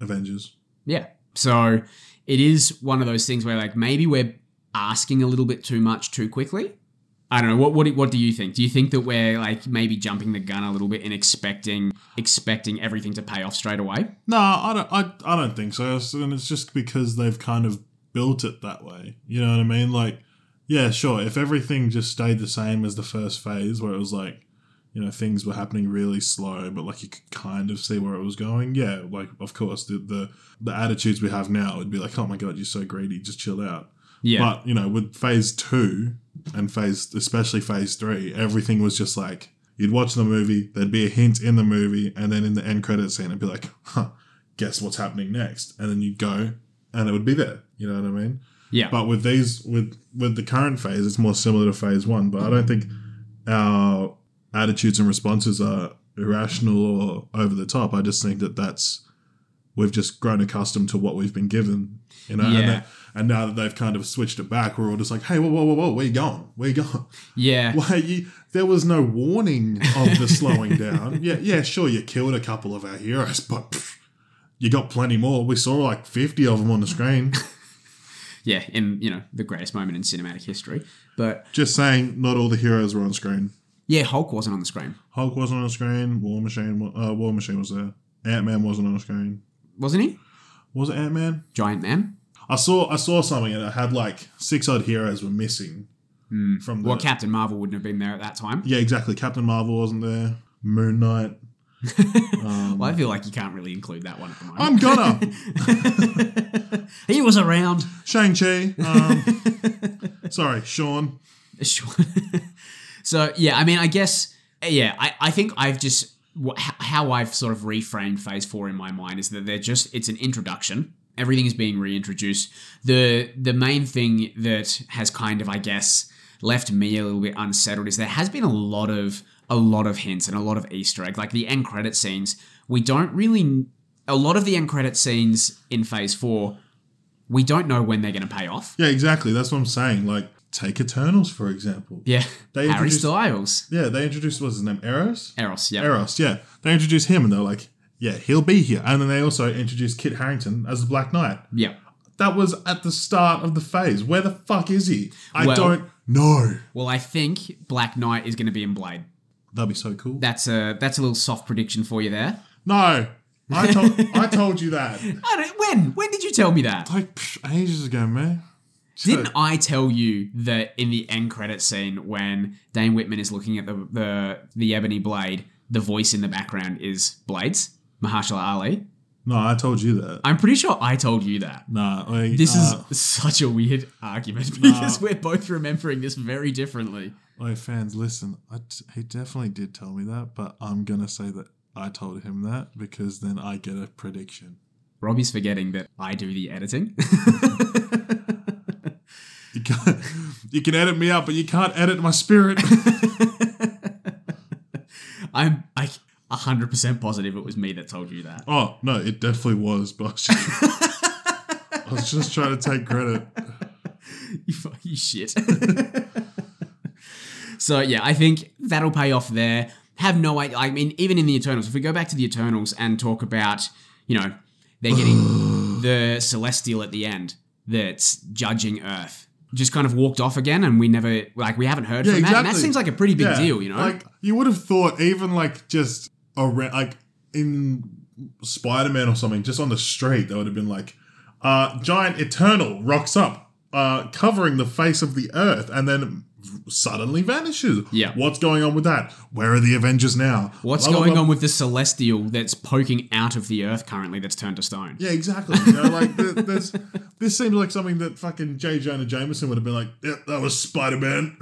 [SPEAKER 2] Avengers.
[SPEAKER 1] yeah. So it is one of those things where, like, maybe we're asking a little bit too much too quickly. I don't know. What, what, do- what do you think? Do you think that we're, like, maybe jumping the gun a little bit and expecting, expecting everything to pay off straight away?
[SPEAKER 2] No, I don't. I, I don't think so. It's- And it's just because they've kind of built it that way. You know what I mean? Like, yeah, sure. If everything just stayed the same as the first phase, where it was like, you know, things were happening really slow, but like you could kind of see where it was going. Yeah, like of course the the, the attitudes we have now would be like, oh my god, you're so greedy, just chill out.
[SPEAKER 1] Yeah.
[SPEAKER 2] But you know, with phase two and phase, especially phase three, everything was just like you'd watch the movie, there'd be a hint in the movie, and then in the end credit scene, it'd be like, huh, guess what's happening next? And then you'd go, and it would be there. You know what I mean?
[SPEAKER 1] yeah.
[SPEAKER 2] But with these, with with the current phase, it's more similar to phase one. But I don't think our attitudes and responses are irrational or over the top. I just think that that's we've just grown accustomed to what we've been given, you know.
[SPEAKER 1] Yeah.
[SPEAKER 2] And, that, and now that they've kind of switched it back, we're all just like, "Hey, whoa, whoa, whoa, whoa, where you going? Where you going?
[SPEAKER 1] yeah.
[SPEAKER 2] Why are you? there was no warning of the slowing down. Yeah, yeah, sure, you killed a couple of our heroes, but pff, you got plenty more. We saw like 50 of them on the screen.
[SPEAKER 1] Yeah, in you know the greatest moment in cinematic history. But
[SPEAKER 2] Just saying, not all the heroes were on screen.
[SPEAKER 1] yeah, Hulk wasn't on the screen,
[SPEAKER 2] Hulk wasn't on screen. War Machine, wa- uh, War Machine was there. Ant Man wasn't on screen.
[SPEAKER 1] wasn't he?
[SPEAKER 2] Was it Ant Man?
[SPEAKER 1] Giant Man.
[SPEAKER 2] I saw I saw something and it had like six odd heroes were missing from the
[SPEAKER 1] Hmm. Well, Captain Marvel wouldn't have been there at that time.
[SPEAKER 2] yeah exactly. Captain Marvel wasn't there. Moon Knight. Um,
[SPEAKER 1] Well, I feel like you can't really include that one at the moment.
[SPEAKER 2] I'm gonna
[SPEAKER 1] he was around.
[SPEAKER 2] Shang Chi. Um, sorry, Sean.
[SPEAKER 1] Sure. so yeah, I mean, I guess yeah, I, I think I've just wh- h- how I've sort of reframed Phase Four in my mind is that they're just it's an introduction. Everything is being reintroduced. the The main thing that has kind of, I guess, left me a little bit unsettled is there has been a lot of a lot of hints and a lot of Easter egg, like the end credit scenes. We don't really a lot of the end credit scenes in Phase Four. We don't know when they're going to pay off.
[SPEAKER 2] Yeah, exactly. That's what I'm saying. Like, take Eternals for example.
[SPEAKER 1] Yeah,
[SPEAKER 2] They
[SPEAKER 1] Harry
[SPEAKER 2] introduced-
[SPEAKER 1] Styles,
[SPEAKER 2] Yeah, they introduced what's his name, Eros.
[SPEAKER 1] Eros. Yeah,
[SPEAKER 2] Eros. Yeah, they introduced him and they're like, yeah, he'll be here. And then they also introduced Kit Harrington as the Black Knight.
[SPEAKER 1] yeah.
[SPEAKER 2] That was at the start of the phase. Where the fuck is he? I
[SPEAKER 1] Well-
[SPEAKER 2] don't know.
[SPEAKER 1] Well, I think Black Knight is going to be in Blade.
[SPEAKER 2] That'd be so cool.
[SPEAKER 1] That's a that's a little soft prediction for you there.
[SPEAKER 2] no, I told I told you that
[SPEAKER 1] I don't, when when did you tell me that?
[SPEAKER 2] like psh, ages ago, man. So-
[SPEAKER 1] Didn't I tell you that in the end credit scene when Dane Whitman is looking at the the, the ebony blade, the voice in the background is Blades Mahershala Ali?
[SPEAKER 2] No, I told you that.
[SPEAKER 1] I'm pretty sure I told you that.
[SPEAKER 2] Nah, like,
[SPEAKER 1] This
[SPEAKER 2] uh,
[SPEAKER 1] is such a weird argument because we're both remembering this very differently.
[SPEAKER 2] Oi, fans, listen. I t- he definitely did tell me that, but I'm gonna say that I told him that because then I get a prediction.
[SPEAKER 1] Robbie's forgetting that I do the editing.
[SPEAKER 2] You can, you can edit me out, but you can't edit my spirit.
[SPEAKER 1] I'm like 100% positive it was me that told you that.
[SPEAKER 2] oh no, it definitely was, but I was just, I was just trying to take credit.
[SPEAKER 1] you fucking shit. so yeah, I think that'll pay off there. Have no idea. I mean, even in the Eternals, if we go back to the Eternals and talk about, you know, they're getting the Celestial at the end that's judging Earth. Just kind of walked off again, and we never like we haven't heard
[SPEAKER 2] Yeah,
[SPEAKER 1] from that. And that
[SPEAKER 2] exactly.
[SPEAKER 1] seems like a pretty big
[SPEAKER 2] Yeah,
[SPEAKER 1] deal, you know.
[SPEAKER 2] Like you would have thought, even like just around, like in Spider Man or something, just on the street, they would have been like, uh, "Giant Eternal rocks up, uh, covering the face of the Earth, and then." Suddenly vanishes.
[SPEAKER 1] Yeah.
[SPEAKER 2] What's going on with that? Where are the Avengers now?
[SPEAKER 1] What's
[SPEAKER 2] Blah, blah,
[SPEAKER 1] going
[SPEAKER 2] blah.
[SPEAKER 1] on with the Celestial that's poking out of the Earth currently? That's turned to stone.
[SPEAKER 2] Yeah, exactly. You know, like th- there's, this seems like something that fucking J. Jonah Jameson would have been like, "Yep, that was Spider Man.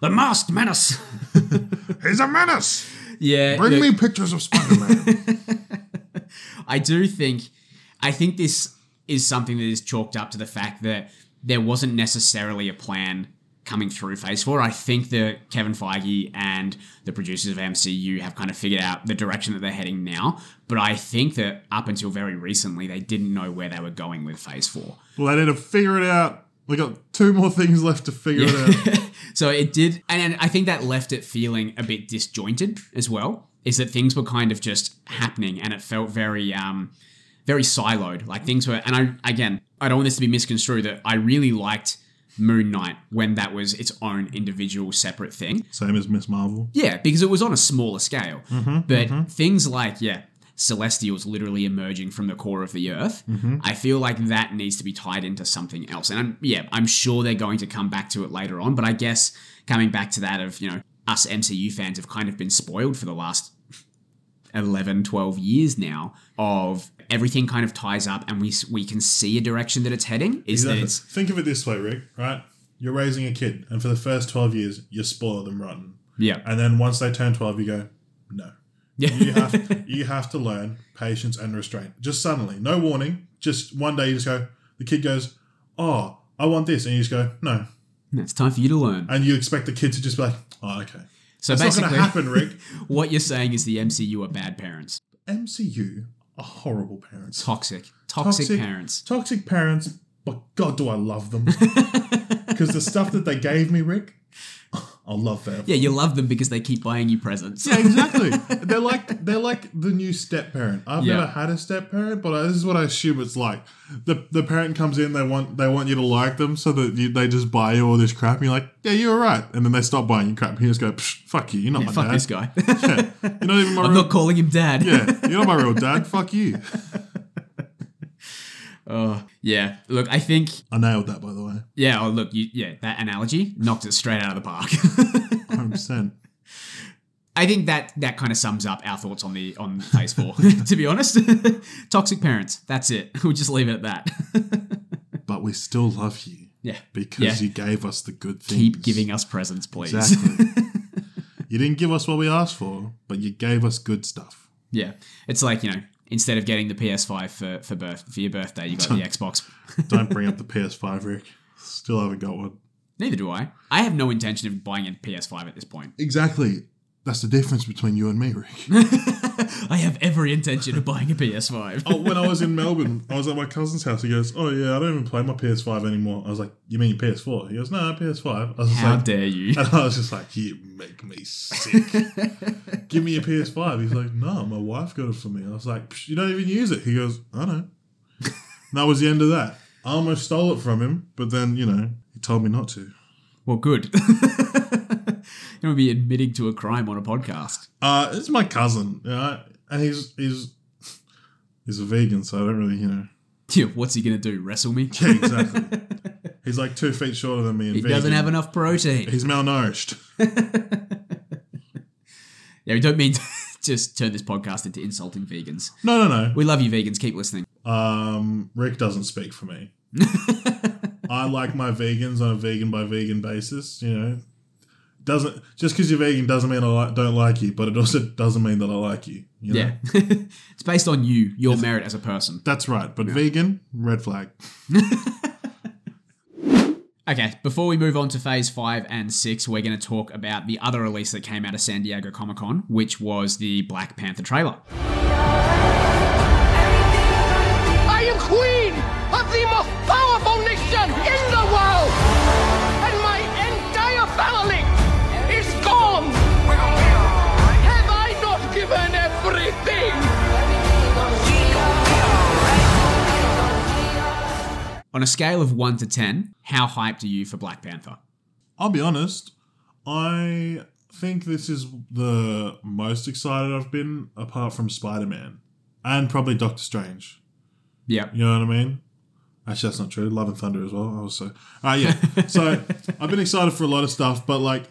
[SPEAKER 1] The masked menace.
[SPEAKER 2] He's a menace.
[SPEAKER 1] yeah.
[SPEAKER 2] Bring
[SPEAKER 1] look-
[SPEAKER 2] me pictures of Spider Man."
[SPEAKER 1] I do think, I think this is something that is chalked up to the fact that there wasn't necessarily a plan coming through Phase Four. I think that Kevin Feige and the producers of MCU have kind of figured out the direction that they're heading now. But I think that up until very recently, they didn't know where they were going with Phase Four.
[SPEAKER 2] Well, they need to figure it out. We got two more things left to figure it out.
[SPEAKER 1] so it did, and I think that left it feeling a bit disjointed as well. Is that things were kind of just happening, and it felt very, um, very siloed. Like things were, and I again, I don't want this to be misconstrued. That I really liked Moon Knight when that was its own individual, separate thing.
[SPEAKER 2] Same as Miss Marvel.
[SPEAKER 1] Yeah, because it was on a smaller scale.
[SPEAKER 2] Mm-hmm,
[SPEAKER 1] but things like, yeah, celestials literally emerging from the core of the earth,
[SPEAKER 2] Mm-hmm.
[SPEAKER 1] I feel like that needs to be tied into something else. And I'm, yeah, I'm sure they're going to come back to it later on. But I guess coming back to that of, you know, us MCU fans have kind of been spoiled for the last 11, 12 years now of everything kind of ties up and we, s- we can see a direction that it's heading. Is that
[SPEAKER 2] Exactly.
[SPEAKER 1] it's,
[SPEAKER 2] Think of it this way, Rick, right? You're raising a kid, and for the first 12 years, you spoil them rotten.
[SPEAKER 1] yeah.
[SPEAKER 2] And then once they turn 12, you go, no. You
[SPEAKER 1] Yeah.
[SPEAKER 2] have, you have to learn patience and restraint. Just suddenly, no warning. Just one day, you just go, the kid goes, oh, I want this. And you just go, no.
[SPEAKER 1] it's time for you to learn.
[SPEAKER 2] And you expect the kid to just be like, oh, okay.
[SPEAKER 1] So
[SPEAKER 2] It's not going
[SPEAKER 1] basically,
[SPEAKER 2] to happen, Rick.
[SPEAKER 1] what you're saying is the MCU are bad parents.
[SPEAKER 2] MCU are horrible parents.
[SPEAKER 1] Toxic. Toxic,
[SPEAKER 2] Toxic.
[SPEAKER 1] parents.
[SPEAKER 2] toxic parents, but God, do I love them because the stuff that they gave me, Rick. I love Fab Four.
[SPEAKER 1] Yeah, you love them because they keep buying you presents.
[SPEAKER 2] Yeah, exactly. they're like they're like the new step parent. I've
[SPEAKER 1] Yeah.
[SPEAKER 2] never had a step parent, but this is what I assume it's like. The the parent comes in, they want they want you to like them, so that you, they just buy you all this crap, and you're like, yeah, you're right. And then they stop buying you crap, and you just go, Psh, fuck you, you're not my
[SPEAKER 1] Fuck
[SPEAKER 2] dad.
[SPEAKER 1] this guy.
[SPEAKER 2] Yeah, you're not even my
[SPEAKER 1] I'm
[SPEAKER 2] real.
[SPEAKER 1] not calling him dad.
[SPEAKER 2] yeah, you're not my real dad. Fuck you.
[SPEAKER 1] Oh, yeah. Look, I think,
[SPEAKER 2] I nailed that, by the way,
[SPEAKER 1] yeah, oh, look, you, yeah, that analogy knocked it straight out of the park.
[SPEAKER 2] 100. percent
[SPEAKER 1] I think that that kind of sums up our thoughts on the on phase four. to be honest, toxic parents. That's it. We'll just leave it at that.
[SPEAKER 2] But we still love you
[SPEAKER 1] yeah.
[SPEAKER 2] because
[SPEAKER 1] Yeah.
[SPEAKER 2] you gave us the good things.
[SPEAKER 1] Keep giving us presents, please.
[SPEAKER 2] Exactly. you didn't give us what we asked for, but you gave us good stuff.
[SPEAKER 1] Yeah. It's like, you know, instead of getting the PS5 for, for birth for your birthday, you got the Xbox.
[SPEAKER 2] Don't bring up the PS5, Rick. Still haven't got one.
[SPEAKER 1] Neither do I. I have no intention of buying a PS5 at this point.
[SPEAKER 2] Exactly. That's the difference between you and me, Rick.
[SPEAKER 1] I have every intention of buying a PS5.
[SPEAKER 2] oh, when I was in Melbourne, I was at my cousin's house. He goes, "Oh yeah, I don't even play my PS5 anymore." I was like, "You mean your PS4?" He goes, "No, PS5." I was just
[SPEAKER 1] How
[SPEAKER 2] like, Uh,
[SPEAKER 1] dare you?
[SPEAKER 2] and I was just like, "You make me sick. Give me a PS5." He's like, "No, my wife got it for me." I was like, "Psh, "You don't even use it." He goes, "I know." And that was the end of that. I almost stole it from him, but then you know he told me not to.
[SPEAKER 1] well, good. it would be admitting to a crime on a podcast.
[SPEAKER 2] Uh, it's my cousin, you know, and he's he's he's a vegan, so I don't really, you know.
[SPEAKER 1] Yeah, what's he going to do? Wrestle me?
[SPEAKER 2] Yeah, exactly. he's like two feet shorter than me. And
[SPEAKER 1] He doesn't have
[SPEAKER 2] an.
[SPEAKER 1] enough protein.
[SPEAKER 2] He's malnourished.
[SPEAKER 1] Yeah, we don't mean to just turn this podcast into insulting vegans.
[SPEAKER 2] No, no,
[SPEAKER 1] We love you, vegans. Keep listening.
[SPEAKER 2] no. Um, Rick doesn't speak for me. I like my vegans on a vegan by vegan basis. You know, doesn't just because you're vegan doesn't mean I like, don't like you, but it also doesn't mean that I like you. you know?
[SPEAKER 1] Yeah. it's based on you, your merit as a person.
[SPEAKER 2] that's right. But vegan, red flag.
[SPEAKER 1] Okay, before we move on to phase five and six, we're going to talk about the other release that came out of San Diego Comic Con, which was the Black Panther trailer.
[SPEAKER 3] I am queen of the most powerful nation in the world. And my entire family is gone. Have I not given everything?
[SPEAKER 1] On a scale of one to 10, how hyped are you for Black Panther?
[SPEAKER 2] I'll be honest. I think this is the most excited I've been, apart from Spider Man, and probably Doctor Strange.
[SPEAKER 1] Yep.
[SPEAKER 2] You know what I mean? Actually, that's not true. Love and Thunder as well. Also, uh, yeah. So I've been excited for a lot of stuff, but like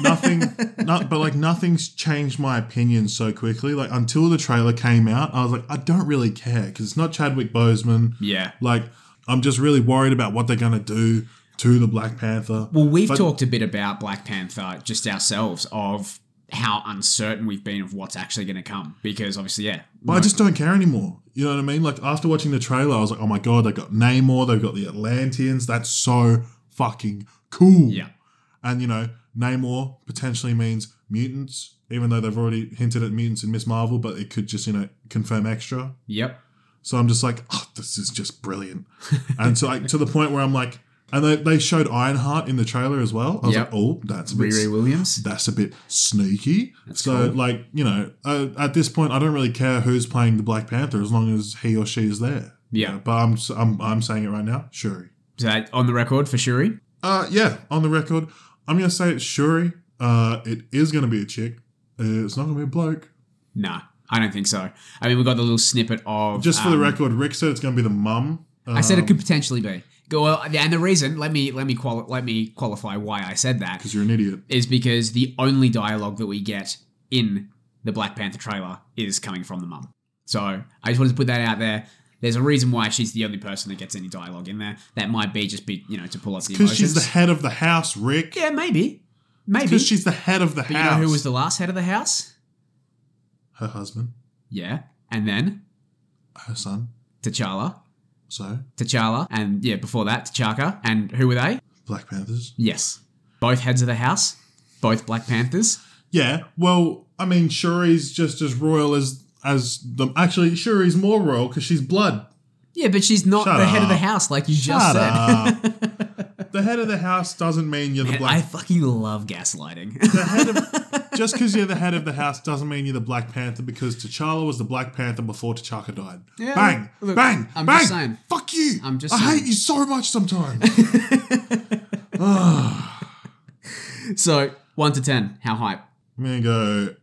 [SPEAKER 2] nothing, not, but like nothing's changed my opinion so quickly. Like until the trailer came out, I was like, I don't really care because it's not Chadwick Boseman.
[SPEAKER 1] Yeah.
[SPEAKER 2] Like I'm just really worried about what they're gonna do to the Black Panther.
[SPEAKER 1] Well, we've
[SPEAKER 2] But-
[SPEAKER 1] talked a bit about Black Panther just ourselves of how uncertain we've been of what's actually going to come because obviously, yeah.
[SPEAKER 2] But I
[SPEAKER 1] no-
[SPEAKER 2] just don't care anymore. You know what I mean? Like after watching the trailer, I was like, oh my god, they've got Namor, they've got the Atlanteans. That's so fucking cool.
[SPEAKER 1] yeah.
[SPEAKER 2] And you know, Namor potentially means mutants, even though they've already hinted at mutants in Miss Marvel, but it could just, you know, confirm extra.
[SPEAKER 1] Yep.
[SPEAKER 2] So I'm just like, oh, this is just brilliant. and so like to the point where I'm like, and they, they showed Ironheart in the trailer as well. I was
[SPEAKER 1] Yep.
[SPEAKER 2] like, oh, that's a bit
[SPEAKER 1] Riri Williams.
[SPEAKER 2] that's a bit sneaky. so,
[SPEAKER 1] cool.
[SPEAKER 2] like, you know, uh, at this point, I don't really care who's playing the Black Panther as long as he or she is there.
[SPEAKER 1] Yeah.
[SPEAKER 2] but I'm s- I'm, I'm saying it right now, Shuri.
[SPEAKER 1] Is that on the record for Shuri?
[SPEAKER 2] Uh, yeah, on the record, I'm gonna say it's Shuri. Uh, it is gonna be a chick. Uh, it's not gonna be a bloke.
[SPEAKER 1] Nah, I don't think so. I mean, we got the little snippet of.
[SPEAKER 2] Just for the
[SPEAKER 1] um,
[SPEAKER 2] record, Rick said it's gonna be the mum. um,
[SPEAKER 1] I said it
[SPEAKER 2] because
[SPEAKER 1] could potentially be. Go well, and the reason let me let me quali- let me qualify why I said that
[SPEAKER 2] you're an idiot.
[SPEAKER 1] is because the only dialogue that we get in the Black Panther trailer is coming from the mum. So I just wanted to put that out there. There's a reason why she's the only person that gets any dialogue in there. That might be just be you know to pull up the
[SPEAKER 2] Because
[SPEAKER 1] emotions.
[SPEAKER 2] she's the head of the house, Rick.
[SPEAKER 1] yeah, maybe, maybe.
[SPEAKER 2] Because she's the head of the
[SPEAKER 1] but you know
[SPEAKER 2] house.
[SPEAKER 1] who was the last head of the house?
[SPEAKER 2] her husband,
[SPEAKER 1] Yeah, and then
[SPEAKER 2] her son.
[SPEAKER 1] T'Challa,
[SPEAKER 2] So
[SPEAKER 1] T'Challa, and yeah, before that T'Chaka, and who were they?
[SPEAKER 2] Black Panthers.
[SPEAKER 1] Yes, both heads of the house, both Black Panthers.
[SPEAKER 2] Yeah, well, I mean, Shuri's just as royal as as the actually Shuri's more royal because she's blood.
[SPEAKER 1] Yeah, but she's not
[SPEAKER 2] Shut
[SPEAKER 1] the head of the
[SPEAKER 2] up.
[SPEAKER 1] house, like you
[SPEAKER 2] Shut
[SPEAKER 1] just said.
[SPEAKER 2] up. The head of the house doesn't mean you're the
[SPEAKER 1] Man,
[SPEAKER 2] black.
[SPEAKER 1] I fucking love gaslighting.
[SPEAKER 2] the head of, just because you're the head of the house doesn't mean you're the Black Panther because T'Challa was the Black Panther before T'Chaka died.
[SPEAKER 1] Yeah,
[SPEAKER 2] bang,
[SPEAKER 1] look,
[SPEAKER 2] bang,
[SPEAKER 1] I'm
[SPEAKER 2] bang.
[SPEAKER 1] just saying.
[SPEAKER 2] Fuck you.
[SPEAKER 1] I'm just
[SPEAKER 2] I
[SPEAKER 1] saying.
[SPEAKER 2] hate you so much sometimes.
[SPEAKER 1] so one to ten, how hype?
[SPEAKER 2] I'm gonna go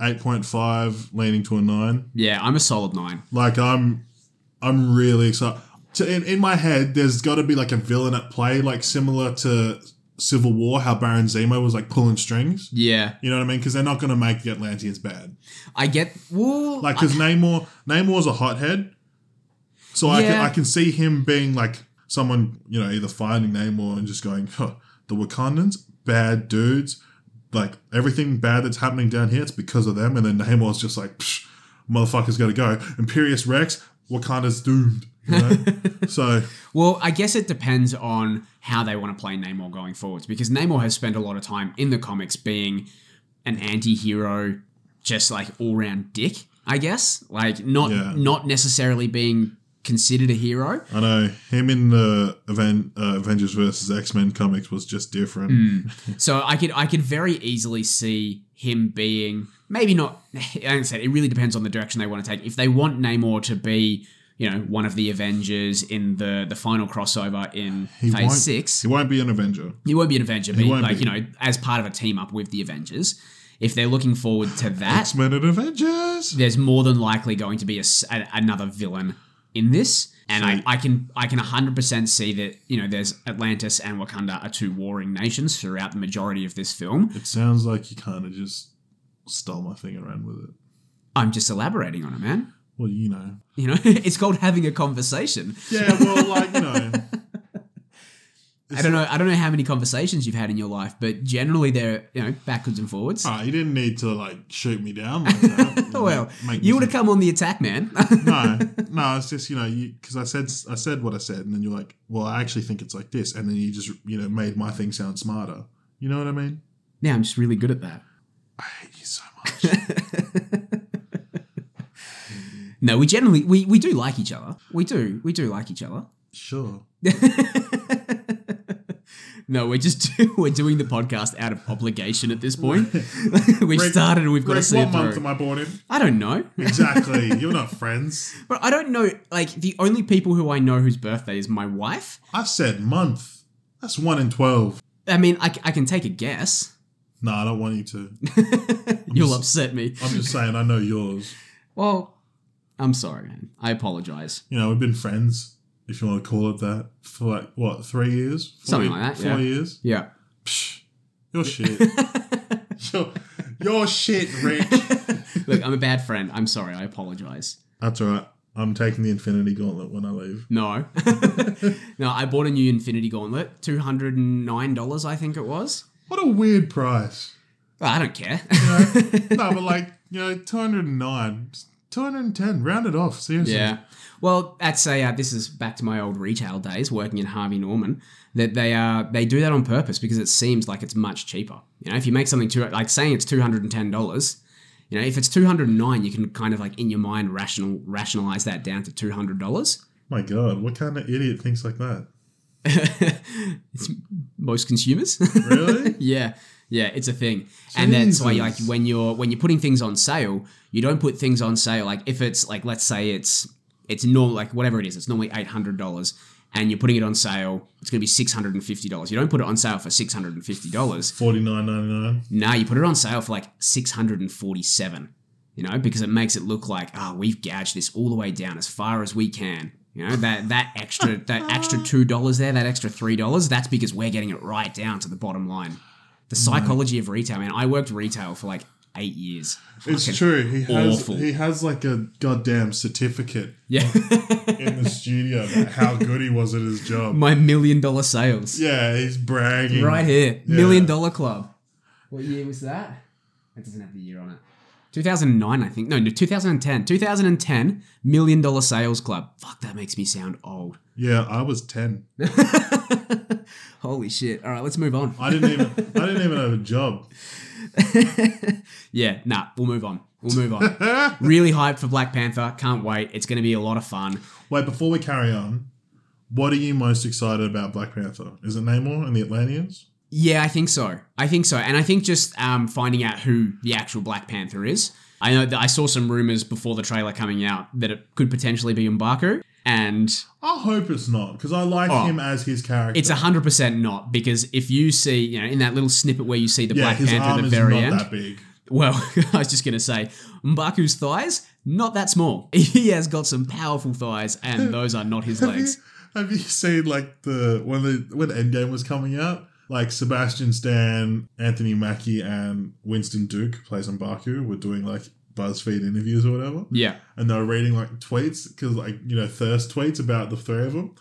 [SPEAKER 2] 8.5, leaning to a nine.
[SPEAKER 1] Yeah, I'm a solid nine.
[SPEAKER 2] Like I'm, I'm really excited. To, in, in my head, there's got to be like a villain at play, like similar to Civil War, how Baron Zemo was like pulling strings.
[SPEAKER 1] Yeah,
[SPEAKER 2] You know what I mean? Because they're not gonna make the Atlanteans bad.
[SPEAKER 1] I get. Well,
[SPEAKER 2] Like because Namor, Namor's a hothead, so I can
[SPEAKER 1] Yeah.
[SPEAKER 2] I can see him being like someone you know either finding Namor and just going, huh, the Wakandans bad dudes, like everything bad that's happening down here, it's because of them, and then Namor's just like, Psh, motherfucker's got to go. Imperious Rex, Wakanda's doomed. You know? so
[SPEAKER 1] Well, I guess it depends on how they want to play Namor going forwards, because Namor has spent a lot of time in the comics being an anti-hero, just like all-round dick, I guess. Like not
[SPEAKER 2] Yeah.
[SPEAKER 1] not necessarily being considered a hero.
[SPEAKER 2] I know him in the Aven- uh, Avengers versus X Men comics was just different.
[SPEAKER 1] Hmm. So I could I could very easily see him being maybe not. Like I said, it really depends on the direction they want to take. If they want Namor to be, you know, one of the Avengers in the the final crossover in
[SPEAKER 2] He
[SPEAKER 1] Phase
[SPEAKER 2] won't-
[SPEAKER 1] Six,
[SPEAKER 2] He won't be an Avenger.
[SPEAKER 1] He won't be an Avenger, but
[SPEAKER 2] won't
[SPEAKER 1] like
[SPEAKER 2] be.
[SPEAKER 1] you know, as part of a team up with the Avengers, if they're looking forward to that,
[SPEAKER 2] X Men and Avengers.
[SPEAKER 1] there's more than likely going to be a s a another villain in this, and I,
[SPEAKER 2] Sweet.
[SPEAKER 1] I can I can 100 percent see that you know there's Atlantis and Wakanda are two warring nations throughout the majority of this film.
[SPEAKER 2] It sounds like you kind of just stole my thing and ran with it.
[SPEAKER 1] I'm just elaborating on it, man.
[SPEAKER 2] Well, you know.
[SPEAKER 1] You know, it's called having a conversation.
[SPEAKER 2] Yeah, well, like, you know.
[SPEAKER 1] I don't know. I don't know how many conversations you've had in your life, but generally they're you know backwards and forwards.
[SPEAKER 2] Ah, you didn't need to, like, shoot me down like that.
[SPEAKER 1] Oh well,
[SPEAKER 2] Make me
[SPEAKER 1] you would have
[SPEAKER 2] think-
[SPEAKER 1] come on the attack, man.
[SPEAKER 2] No, no, it's just, you know, because I said I said what I said, and then you're like, well, I actually think it's like this. And then you just, you know, made my thing sound smarter. You know what I mean?
[SPEAKER 1] now I'm just really good at that.
[SPEAKER 2] I hate you so much.
[SPEAKER 1] No, we generally we, we do like each other. We do we do like each other.
[SPEAKER 2] sure.
[SPEAKER 1] No, we're just do, we're doing the podcast out of obligation at this point. we've
[SPEAKER 2] Rick-
[SPEAKER 1] started and we've got to
[SPEAKER 2] Rick,
[SPEAKER 1] see
[SPEAKER 2] what
[SPEAKER 1] it
[SPEAKER 2] month am
[SPEAKER 1] through.
[SPEAKER 2] I born in?
[SPEAKER 1] I don't know,
[SPEAKER 2] Exactly. You're not friends.
[SPEAKER 1] but I don't know. Like the only people who I know whose birthday is my wife.
[SPEAKER 2] I've said month. That's one in 12.
[SPEAKER 1] I mean, I, c- I can take a guess.
[SPEAKER 2] No, I don't want you to.
[SPEAKER 1] You'll
[SPEAKER 2] just-
[SPEAKER 1] upset me.
[SPEAKER 2] I'm just saying, I know yours.
[SPEAKER 1] well, I'm sorry, man. I apologize.
[SPEAKER 2] you know, we've been friends, if you want to call it that, for like what three years, four,
[SPEAKER 1] Something like that, yeah.
[SPEAKER 2] Four years.
[SPEAKER 1] Yeah.
[SPEAKER 2] Psh, your shit. your, your shit, Rick.
[SPEAKER 1] Look, I'm a bad friend. I'm sorry. I apologize.
[SPEAKER 2] That's all right. I'm taking the Infinity Gauntlet when I leave.
[SPEAKER 1] No. no, I bought a new Infinity Gauntlet, $209, I think it was.
[SPEAKER 2] What a weird price.
[SPEAKER 1] Well, I don't care.
[SPEAKER 2] No, but like you know, two hundred and nine. 210, round it off, seriously.
[SPEAKER 1] yeah. Well, that's a, uh, this is back to my old retail days working in Harvey Norman, that they uh, they do that on purpose because it seems like it's much cheaper. You know, if you make something too, like saying it's $210, you know, if it's 209 you can kind of like in your mind rational rationalize that down to $200.
[SPEAKER 2] My God, what kind of idiot thinks like that?
[SPEAKER 1] it's most consumers.
[SPEAKER 2] Really?
[SPEAKER 1] Yeah, yeah, it's a thing, and that's why like
[SPEAKER 2] Jesus.
[SPEAKER 1] when you're when you're putting things on sale, you don't put things on sale like if it's like let's say it's it's normal like whatever it is, it's normally eight hundred dollars, and you're putting it on sale, it's going to be six hundred and fifty dollars. You don't put it on sale for six hundred and fifty dollars.
[SPEAKER 2] 49.99.
[SPEAKER 1] Now you put it on sale for like six hundred and forty-seven. You know, because it makes it look like ah, we've gouged this all the way down as far as we can. You know that that extra that extra two dollars there, that extra three dollars, that's because we're getting it right down to the bottom line. The psychology of retail, man. I worked retail for like eight years.
[SPEAKER 2] It's
[SPEAKER 1] Fucking-
[SPEAKER 2] true. He has
[SPEAKER 1] awful.
[SPEAKER 2] he has like a goddamn certificate
[SPEAKER 1] Yeah,
[SPEAKER 2] in the studio about how good he was at his job.
[SPEAKER 1] my million dollar sales
[SPEAKER 2] Yeah, he's bragging.
[SPEAKER 1] right here,
[SPEAKER 2] Mm. Yeah.
[SPEAKER 1] million dollar club. What year was that? That doesn't have the year on it. 2009, I think. No, no, 2010. 2010, million dollar sales club. Fuck, that makes me sound old.
[SPEAKER 2] Yeah, I was ten.
[SPEAKER 1] Holy shit. All right, let's move on.
[SPEAKER 2] I didn't even I didn't even have a job.
[SPEAKER 1] yeah, nah, we'll move on. We'll move on. really hyped for Black Panther. Can't wait. It's going to be a lot of fun.
[SPEAKER 2] Wait, before we carry on, What are you most excited about Black Panther? Is it Namor and the Atlanteans?
[SPEAKER 1] Yeah, I think so. I think so, and I think just um, finding out who the actual Black Panther is. I know that I saw some rumors before the trailer coming out that it could potentially be Mbaku, and
[SPEAKER 2] I hope it's not because I like
[SPEAKER 1] Oh.
[SPEAKER 2] him as his character.
[SPEAKER 1] it's hundred percent not because if you see, you know, in that little snippet where you see the
[SPEAKER 2] yeah,
[SPEAKER 1] Black
[SPEAKER 2] his
[SPEAKER 1] Panther
[SPEAKER 2] arm
[SPEAKER 1] at the
[SPEAKER 2] is
[SPEAKER 1] very
[SPEAKER 2] not
[SPEAKER 1] end,
[SPEAKER 2] that big.
[SPEAKER 1] Well, I was just going to say, Mbaku's thighs, not that small. He has got some powerful thighs, and those are not his
[SPEAKER 2] Have you,
[SPEAKER 1] legs.
[SPEAKER 2] have you seen like the when the when Endgame was coming out? Like Sebastian Stan, Anthony Mackie, and Winston Duke plays Mbaku were doing like BuzzFeed interviews or whatever,
[SPEAKER 1] Yeah.
[SPEAKER 2] and they were reading like tweets because like you know thirst tweets about the three of them,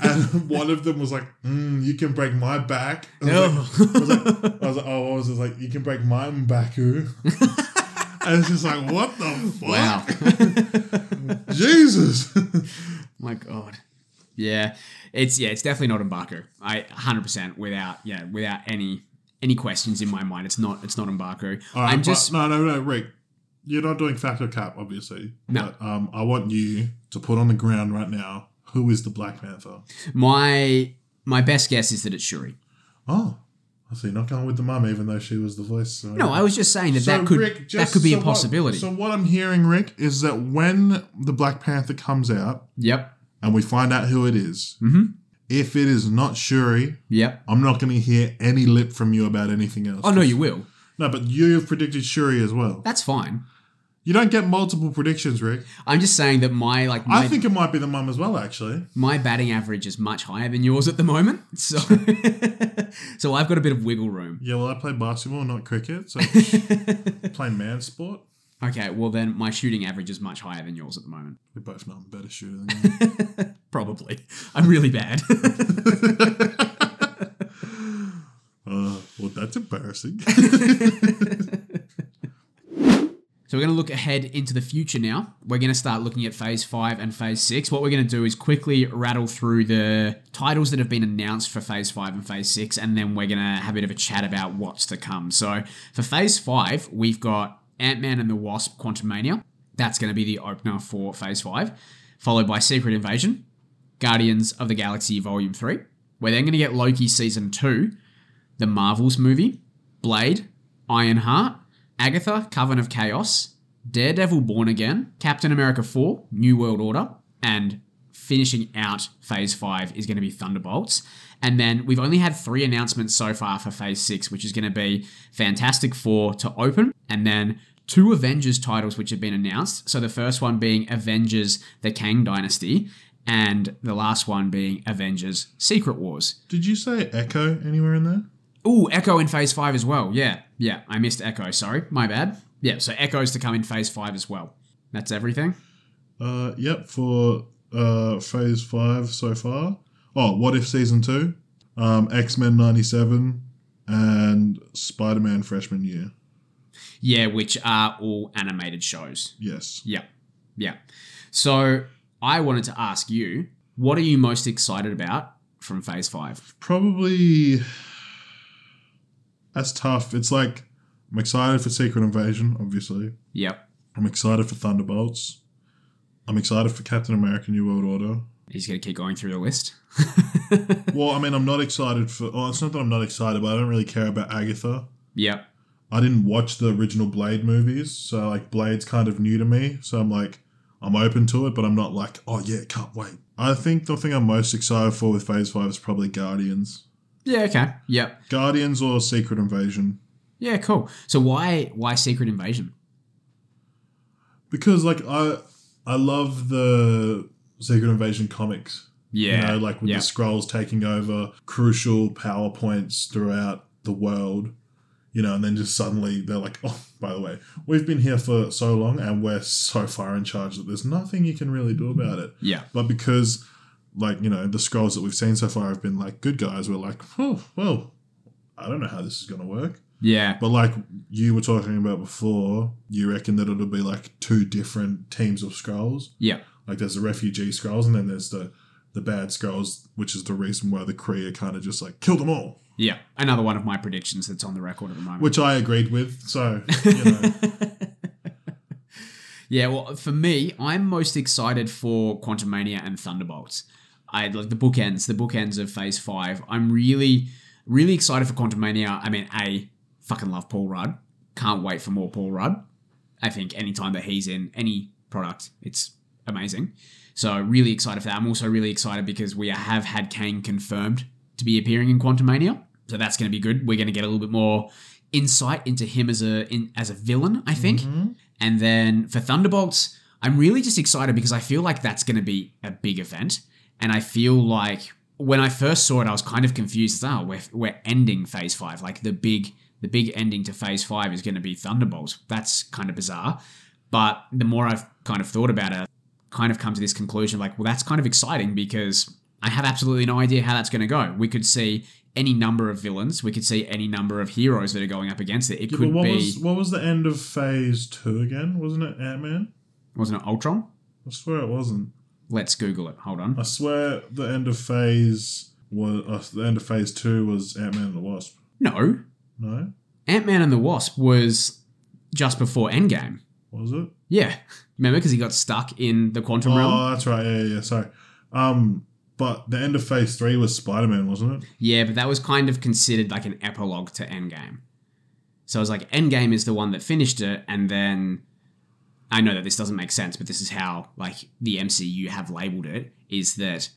[SPEAKER 2] and one of them was like, mm, "You can break my back." I was like- I was like, I was like, oh, what was it? Like, you can break my Mbaku. and it's just like, what the fuck?
[SPEAKER 1] wow.
[SPEAKER 2] Jesus.
[SPEAKER 1] My God. Yeah. It's yeah, it's definitely not Mbaku. I 100% without yeah, without any any questions in my mind. It's not it's not Mbaku.
[SPEAKER 2] All right,
[SPEAKER 1] I'm
[SPEAKER 2] but-
[SPEAKER 1] just
[SPEAKER 2] no, no, no, Rick. You're not doing fact or cap, obviously.
[SPEAKER 1] No.
[SPEAKER 2] But, um, I want you to put on the ground right now who is the Black Panther.
[SPEAKER 1] my my best guess is that it's Shuri.
[SPEAKER 2] Oh, I see. Not going with the mum, even though she was the voice. So.
[SPEAKER 1] No, I was just saying that
[SPEAKER 2] So,
[SPEAKER 1] that could
[SPEAKER 2] Rick,
[SPEAKER 1] that
[SPEAKER 2] just-
[SPEAKER 1] could be
[SPEAKER 2] so
[SPEAKER 1] a possibility.
[SPEAKER 2] What, so what I'm hearing, Rick, is that when the Black Panther comes out
[SPEAKER 1] yep.
[SPEAKER 2] and we find out who it is,
[SPEAKER 1] Mhm.
[SPEAKER 2] if it is not Shuri,
[SPEAKER 1] Yep.
[SPEAKER 2] I'm not going to hear any lip from you about anything else.
[SPEAKER 1] Oh no, you will.
[SPEAKER 2] No, but you have predicted Shuri as well.
[SPEAKER 1] That's fine.
[SPEAKER 2] You don't get multiple predictions, Rick.
[SPEAKER 1] I'm just saying that my like my
[SPEAKER 2] I think it might be the mum as well, actually.
[SPEAKER 1] my batting average is much higher than yours at the moment, so so I've got a bit of wiggle room.
[SPEAKER 2] Yeah, well, I play basketball, not cricket, so playing man sport.
[SPEAKER 1] Okay, well then my shooting average is much higher than yours at the moment.
[SPEAKER 2] We both know I'm a better shooter than you.
[SPEAKER 1] Probably, I'm really bad.
[SPEAKER 2] uh, well, that's embarrassing.
[SPEAKER 1] so we're going to look ahead into the future now. We're going to start looking at Phase Five and Phase Six. What we're going to do is quickly rattle through the titles that have been announced for Phase Five and Phase Six, and then we're going to have a bit of a chat about what's to come. So for Phase Five, we've got Ant Man and the Wasp: Quantumania. That's going to be the opener for Phase Five, followed by Secret Invasion, Guardians of the Galaxy Volume 3. We're then going to get Loki Season 2, the Marvels movie, Blade, Ironheart, Agatha, Coven of Chaos, Daredevil Born Again, Captain America 4, New World Order, and finishing out Phase 5 is going to be Thunderbolts. And then we've only had three announcements so far for Phase 6, which is going to be Fantastic Four to open, and then two Avengers titles which have been announced. So the first one being Avengers The Kang Dynasty, and the last one being Avengers Secret Wars.
[SPEAKER 2] Did you say Echo anywhere in there?
[SPEAKER 1] Ooh, Echo in Phase 5 as well. Yeah, yeah, I missed Echo. Sorry, my bad. Yeah, so Echo's to come in Phase 5 as well. That's everything.
[SPEAKER 2] Uh, yep, for uh, Phase 5 so far. Oh, What If Season 2, um, X Men 97, and Spider Man Freshman Year.
[SPEAKER 1] Yeah, which are all animated shows.
[SPEAKER 2] Yes.
[SPEAKER 1] Yeah, yeah. So I wanted to ask you, what are you most excited about from Phase 5?
[SPEAKER 2] Probably. That's tough. It's like, I'm excited for Secret Invasion, obviously.
[SPEAKER 1] Yep,
[SPEAKER 2] I'm excited for Thunderbolts. I'm excited for Captain America New World Order.
[SPEAKER 1] he's going to keep going through the list.
[SPEAKER 2] Well, I mean, I'm not excited for. Oh, it's not that I'm not excited, but I don't really care about Agatha.
[SPEAKER 1] Yep,
[SPEAKER 2] I didn't watch the original Blade movies, so like Blade's kind of new to me. So I'm like, I'm open to it, but I'm not like, oh yeah, can't wait. I think the thing I'm most excited for with Phase Five is probably Guardians,
[SPEAKER 1] yeah, okay, yep.
[SPEAKER 2] Guardians or Secret Invasion,
[SPEAKER 1] Yeah, cool. So why why Secret Invasion?
[SPEAKER 2] because like I, I love the Secret Invasion comics.
[SPEAKER 1] Yeah,
[SPEAKER 2] you know, like with
[SPEAKER 1] yeah.
[SPEAKER 2] the scrolls taking over crucial power points throughout the world, you know, and then just suddenly they're like, oh, by the way, we've been here for so long and we're so far in charge that there's nothing you can really do about it.
[SPEAKER 1] yeah,
[SPEAKER 2] But because, like, you know, the scrolls that we've seen so far have been like good guys, we're like, oh, well, I don't know how this is going to work.
[SPEAKER 1] yeah,
[SPEAKER 2] But like you were talking about before, you reckon that it'll be like two different teams of scrolls.
[SPEAKER 1] yeah,
[SPEAKER 2] Like there's the refugee scrolls and then there's the the bad scrolls, which is the reason why the Kree are kind of just like kill them all,
[SPEAKER 1] yeah. Another one of my predictions that's on the record at the moment.
[SPEAKER 2] which I agreed with. So you know,
[SPEAKER 1] Yeah, well, for me, I'm most excited for Quantumania and Thunderbolts. I like the bookends, the bookends of Phase Five. I'm really, really excited for Quantum Mania. I mean, a fucking love Paul Rudd. Can't wait for more Paul Rudd. I think anytime that he's in any product, it's amazing. So really excited for that. I'm also really excited because we have had Kane confirmed to be appearing in Quantum Mania. So that's going to be good. We're going to get a little bit more insight into him as a in, as a villain, I think. And then for Thunderbolts, I'm really just excited because I feel like that's going to be a big event, and I feel like when I first saw it, I was kind of confused. As, oh, we're we're ending Phase Five, like the big the big ending to Phase Five is going to be Thunderbolts. That's kind of bizarre. But the more I've kind of thought about it, kind of come to this conclusion like, well, that's kind of exciting because I have absolutely no idea how that's going to go. We could see any number of villains, we could see any number of heroes that are going up against it. It
[SPEAKER 2] Yeah, but
[SPEAKER 1] could
[SPEAKER 2] what
[SPEAKER 1] be,
[SPEAKER 2] was what was the end of Phase Two again? Wasn't it Ant Man?
[SPEAKER 1] was- not it Ultron?
[SPEAKER 2] I swear it wasn't.
[SPEAKER 1] Let's Google it. Hold on.
[SPEAKER 2] I swear the end of Phase was uh, the end of Phase Two was Ant Man and the Wasp.
[SPEAKER 1] No,
[SPEAKER 2] No,
[SPEAKER 1] Ant Man and the Wasp was just before Endgame.
[SPEAKER 2] was it?
[SPEAKER 1] Yeah, remember because he got stuck in the quantum realm.
[SPEAKER 2] Oh, that's right. Yeah, yeah, yeah. Sorry. Um, but the end of Phase Three was Spider Man, wasn't it?
[SPEAKER 1] Yeah, but that was kind of considered like an epilogue to Endgame. So I was like, Endgame is the one that finished it, and then I know that this doesn't make sense, but this is how like the MCU have labeled it: is that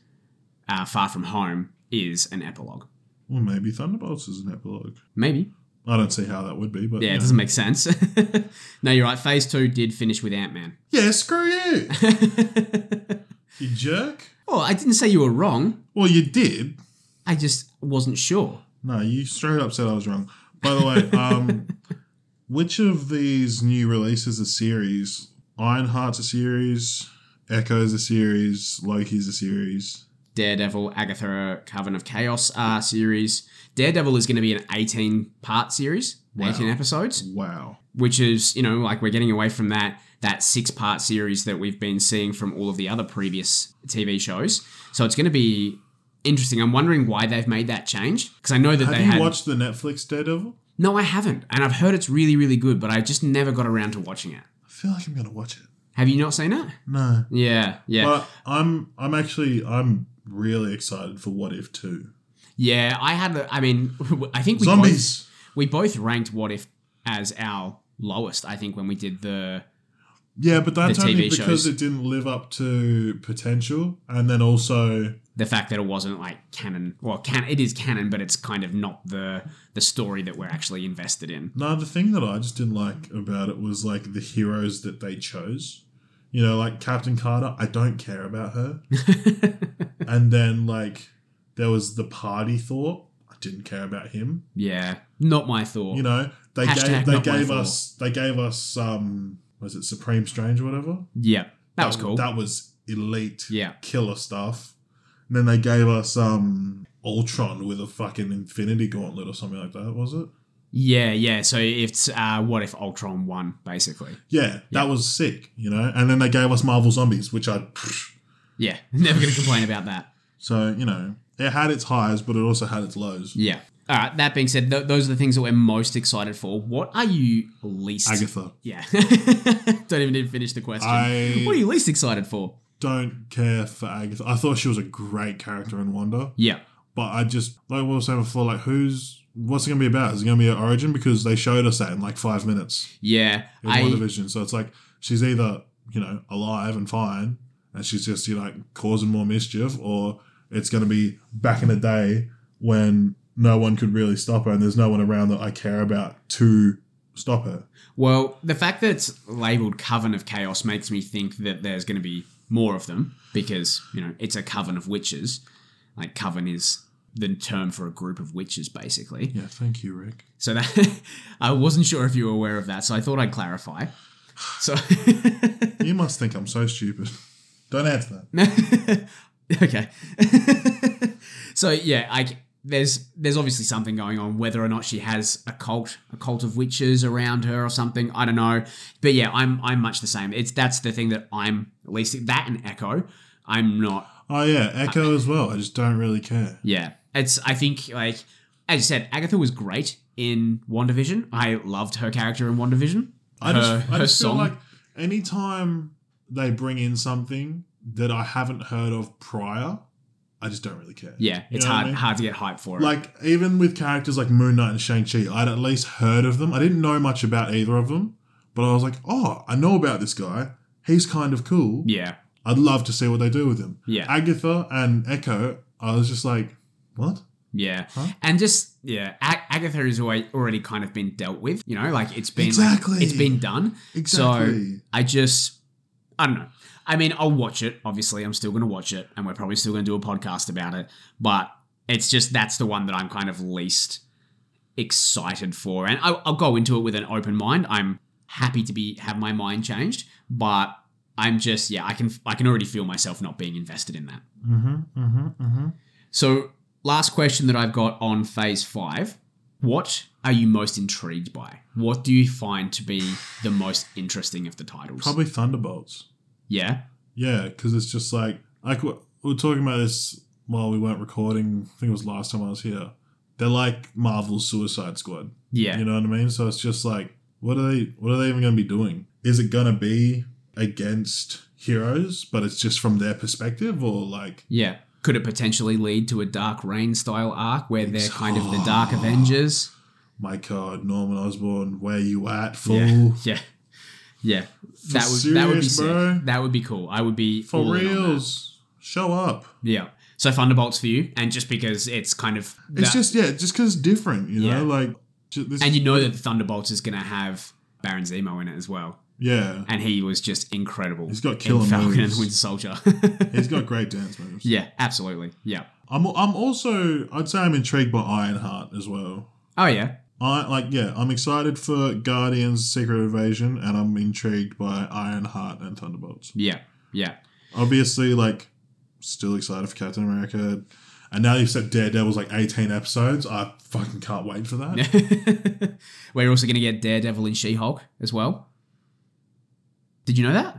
[SPEAKER 1] uh, Far From Home is an epilogue.
[SPEAKER 2] Well, maybe Thunderbolts is an epilogue.
[SPEAKER 1] Maybe.
[SPEAKER 2] I don't see how that would be, but
[SPEAKER 1] Yeah, it
[SPEAKER 2] yeah.
[SPEAKER 1] doesn't make sense. no, you're right. Phase two did finish with Ant Man.
[SPEAKER 2] Yeah, screw you, you jerk.
[SPEAKER 1] oh, I didn't say you were wrong.
[SPEAKER 2] Well, you did.
[SPEAKER 1] I just wasn't sure.
[SPEAKER 2] No, you straight up said I was wrong. By the way, um, which of these new releases a series? Ironheart's a series, Echo's a series, Loki's a series.
[SPEAKER 1] Daredevil, Agatha, Coven of Chaos uh, series. Daredevil is going to be an 18 part series, 18 episodes,
[SPEAKER 2] Wow.
[SPEAKER 1] which is, you know, like we're getting away from that that six part series that we've been seeing from all of the other previous TV shows. So it's going to be interesting. I'm wondering why they've made that change because I know that
[SPEAKER 2] Have
[SPEAKER 1] they
[SPEAKER 2] you
[SPEAKER 1] had
[SPEAKER 2] watched the Netflix Daredevil?
[SPEAKER 1] No, I haven't. And I've heard it's really really good, but I just never got around to watching it.
[SPEAKER 2] I feel like I'm gonna watch it.
[SPEAKER 1] Have you not seen it?
[SPEAKER 2] No.
[SPEAKER 1] Yeah. Yeah.
[SPEAKER 2] But I'm I'm actually I'm really excited for What If Two.
[SPEAKER 1] yeah, I had the I mean, I think we both-
[SPEAKER 2] Zombies.
[SPEAKER 1] we both ranked what if as our lowest i think when we did the
[SPEAKER 2] Yeah, but that's
[SPEAKER 1] The
[SPEAKER 2] only
[SPEAKER 1] TV shows.
[SPEAKER 2] because it didn't live up to potential, and then also
[SPEAKER 1] the fact that it wasn't like canon well can it is canon but it's kind of not the the story that we're actually invested in
[SPEAKER 2] No, the thing that I just didn't like about it was like the heroes that they chose. You know, like Captain Carter, I don't care about her. and then like there was the party Thor, I didn't care about him.
[SPEAKER 1] yeah not my thought
[SPEAKER 2] You know, they
[SPEAKER 1] Hashtag
[SPEAKER 2] gave they
[SPEAKER 1] not my
[SPEAKER 2] gave
[SPEAKER 1] Thor.
[SPEAKER 2] us they gave us um was it Supreme Strange or whatever?
[SPEAKER 1] yeah that was cool
[SPEAKER 2] That was elite
[SPEAKER 1] Yeah.
[SPEAKER 2] killer stuff. And then they gave us um Ultron with a fucking infinity gauntlet or something like that, was it?
[SPEAKER 1] yeah yeah so it's uh what if ultron won basically
[SPEAKER 2] Yeah, that was sick, you know. And then they gave us Marvel Zombies, which I.
[SPEAKER 1] yeah never gonna complain about that
[SPEAKER 2] So you know, it had its highs, but it also had its lows.
[SPEAKER 1] yeah all right that being said th- those are the things that we're most excited for what are you least
[SPEAKER 2] Agatha,
[SPEAKER 1] yeah don't even need to finish the question
[SPEAKER 2] I-
[SPEAKER 1] what are you least excited for
[SPEAKER 2] don't care for Agatha. I thought she was a great character in Wonder,
[SPEAKER 1] yeah
[SPEAKER 2] but I just like what I was saying before, like who's what's it gonna be about? Is it gonna be her origin? Because they showed us that in like five minutes
[SPEAKER 1] Yeah,
[SPEAKER 2] in
[SPEAKER 1] I
[SPEAKER 2] one division. So it's like she's either you know alive and fine, and she's just you know like, causing more mischief, or it's gonna be back in the day when no one could really stop her, and there's no one around that I care about to stop her.
[SPEAKER 1] well, the fact that it's labeled Coven of Chaos makes me think that there's going to be more of them because you know it's a coven of witches. Like coven is the term for a group of witches, basically.
[SPEAKER 2] Yeah, thank you, Rick.
[SPEAKER 1] So that I wasn't sure if you were aware of that, so I thought I'd clarify. So
[SPEAKER 2] You must think I'm so stupid. Don't answer that.
[SPEAKER 1] okay. so yeah, I there's there's obviously something going on whether or not she has a cult, a cult of witches around her or something. I don't know. But yeah, I'm I'm much the same. It's that's the thing that I'm at least that and Echo. I'm not.
[SPEAKER 2] Oh yeah, Echo as well. I just don't really care.
[SPEAKER 1] Yeah. It's I think like as you said, Agatha was great in WandaVision. I loved her character in WandaVision.
[SPEAKER 2] I
[SPEAKER 1] Her-
[SPEAKER 2] just, I
[SPEAKER 1] her
[SPEAKER 2] just feel
[SPEAKER 1] song.
[SPEAKER 2] like anytime they bring in something that I haven't heard of prior, I just don't really care.
[SPEAKER 1] Yeah,
[SPEAKER 2] You
[SPEAKER 1] it's
[SPEAKER 2] know what I
[SPEAKER 1] hard
[SPEAKER 2] mean?
[SPEAKER 1] hard to get hype for it.
[SPEAKER 2] Like even with characters like Moon Knight and Shang Chi, I'd at least heard of them. I didn't know much about either of them, but I was like, oh, I know about this guy. He's kind of cool.
[SPEAKER 1] yeah,
[SPEAKER 2] I'd love to see what they do with him.
[SPEAKER 1] Yeah.
[SPEAKER 2] Agatha and Echo, I was just like, what?
[SPEAKER 1] yeah,
[SPEAKER 2] Huh?
[SPEAKER 1] and just yeah, Ag- Agatha has already already kind of been dealt with. You know, like it's been like,
[SPEAKER 2] Exactly.
[SPEAKER 1] it's been done.
[SPEAKER 2] Exactly.
[SPEAKER 1] So I just I don't know. I mean, I'll watch it. Obviously, I'm still going to watch it, and we're probably still going to do a podcast about it. But it's just that's the one that I'm kind of least excited for, and I'll, I'll go into it with an open mind. I'm happy to be have my mind changed, but I'm just yeah, I can I can already feel myself not being invested in that.
[SPEAKER 2] Mm-hmm, mm-hmm, mm-hmm.
[SPEAKER 1] So, last question that I've got on phase five What are you most intrigued by? What do you find to be the most interesting of the titles?
[SPEAKER 2] Probably Thunderbolts.
[SPEAKER 1] Yeah.
[SPEAKER 2] Yeah, because it's just like like we we were talking about this while we weren't recording. I think it was last time I was here. They're like Marvel's Suicide Squad.
[SPEAKER 1] Yeah.
[SPEAKER 2] You know what I mean? So it's just like, what are they? What are they even going to be doing? Is it going to be against heroes, but it's just from their perspective, or like,
[SPEAKER 1] Yeah. Could it potentially lead to a Dark Reign style arc where they're
[SPEAKER 2] Ex-
[SPEAKER 1] kind of the Dark Avengers?
[SPEAKER 2] my God, Norman Osborn, where you at, fool?
[SPEAKER 1] Yeah. Yeah. Yeah. That would that would be
[SPEAKER 2] serious,
[SPEAKER 1] sick.
[SPEAKER 2] bro?
[SPEAKER 1] That would be cool. I would be
[SPEAKER 2] For
[SPEAKER 1] all in on that.
[SPEAKER 2] reals, show up.
[SPEAKER 1] Yeah. So Thunderbolts for you, and just because it's kind of
[SPEAKER 2] It's
[SPEAKER 1] that-
[SPEAKER 2] just yeah, just because different, you
[SPEAKER 1] Yeah.
[SPEAKER 2] know, like. ju- This,
[SPEAKER 1] and you know that the Thunderbolts is going to have Baron Zemo in it as well.
[SPEAKER 2] yeah,
[SPEAKER 1] and he was just incredible.
[SPEAKER 2] He's got
[SPEAKER 1] in
[SPEAKER 2] killer
[SPEAKER 1] Falcon and
[SPEAKER 2] moves.
[SPEAKER 1] Winter Soldier.
[SPEAKER 2] he's got great dance moves.
[SPEAKER 1] yeah, absolutely. Yeah.
[SPEAKER 2] I'm I'm also I'd say I'm intrigued by Ironheart as well.
[SPEAKER 1] Oh yeah.
[SPEAKER 2] I like yeah, I'm excited for Guardians Secret Invasion and I'm intrigued by Ironheart and Thunderbolts.
[SPEAKER 1] Yeah. Yeah.
[SPEAKER 2] Obviously like still excited for Captain America. And now you've said Daredevil's like 18 episodes. I fucking can't wait for that.
[SPEAKER 1] We're also going to get Daredevil and She-Hulk as well. Did you know that?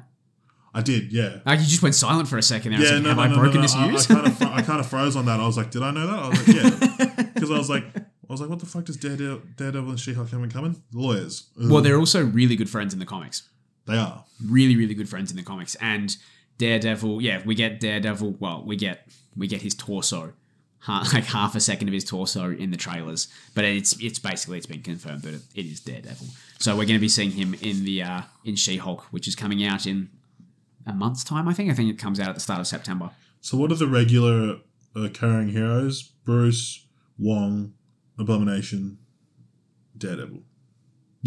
[SPEAKER 2] I did, yeah.
[SPEAKER 1] Uh, you just went silent for a second there. I was
[SPEAKER 2] yeah,
[SPEAKER 1] like,
[SPEAKER 2] no,
[SPEAKER 1] have
[SPEAKER 2] no,
[SPEAKER 1] I
[SPEAKER 2] no,
[SPEAKER 1] broken
[SPEAKER 2] no, no.
[SPEAKER 1] this
[SPEAKER 2] I,
[SPEAKER 1] news?
[SPEAKER 2] I kind of fro- I kind of froze on that. I was like, did I know that? I was like, yeah, because I was like, I was like, what the fuck does Daredevil, Daredevil and She-Hulk coming coming? Lawyers. Ugh.
[SPEAKER 1] well, they're also really good friends in the comics.
[SPEAKER 2] they are.
[SPEAKER 1] really really good friends in the comics and daredevil yeah we get daredevil well we get we get his torso ha- like half a second of his torso in the trailers but it's it's basically it's been confirmed that it, it is daredevil so we're going to be seeing him in the uh in she-hulk which is coming out in a month's time i think i think it comes out at the start of september
[SPEAKER 2] So what are the regular occurring heroes? Bruce, Wong, Abomination, Daredevil.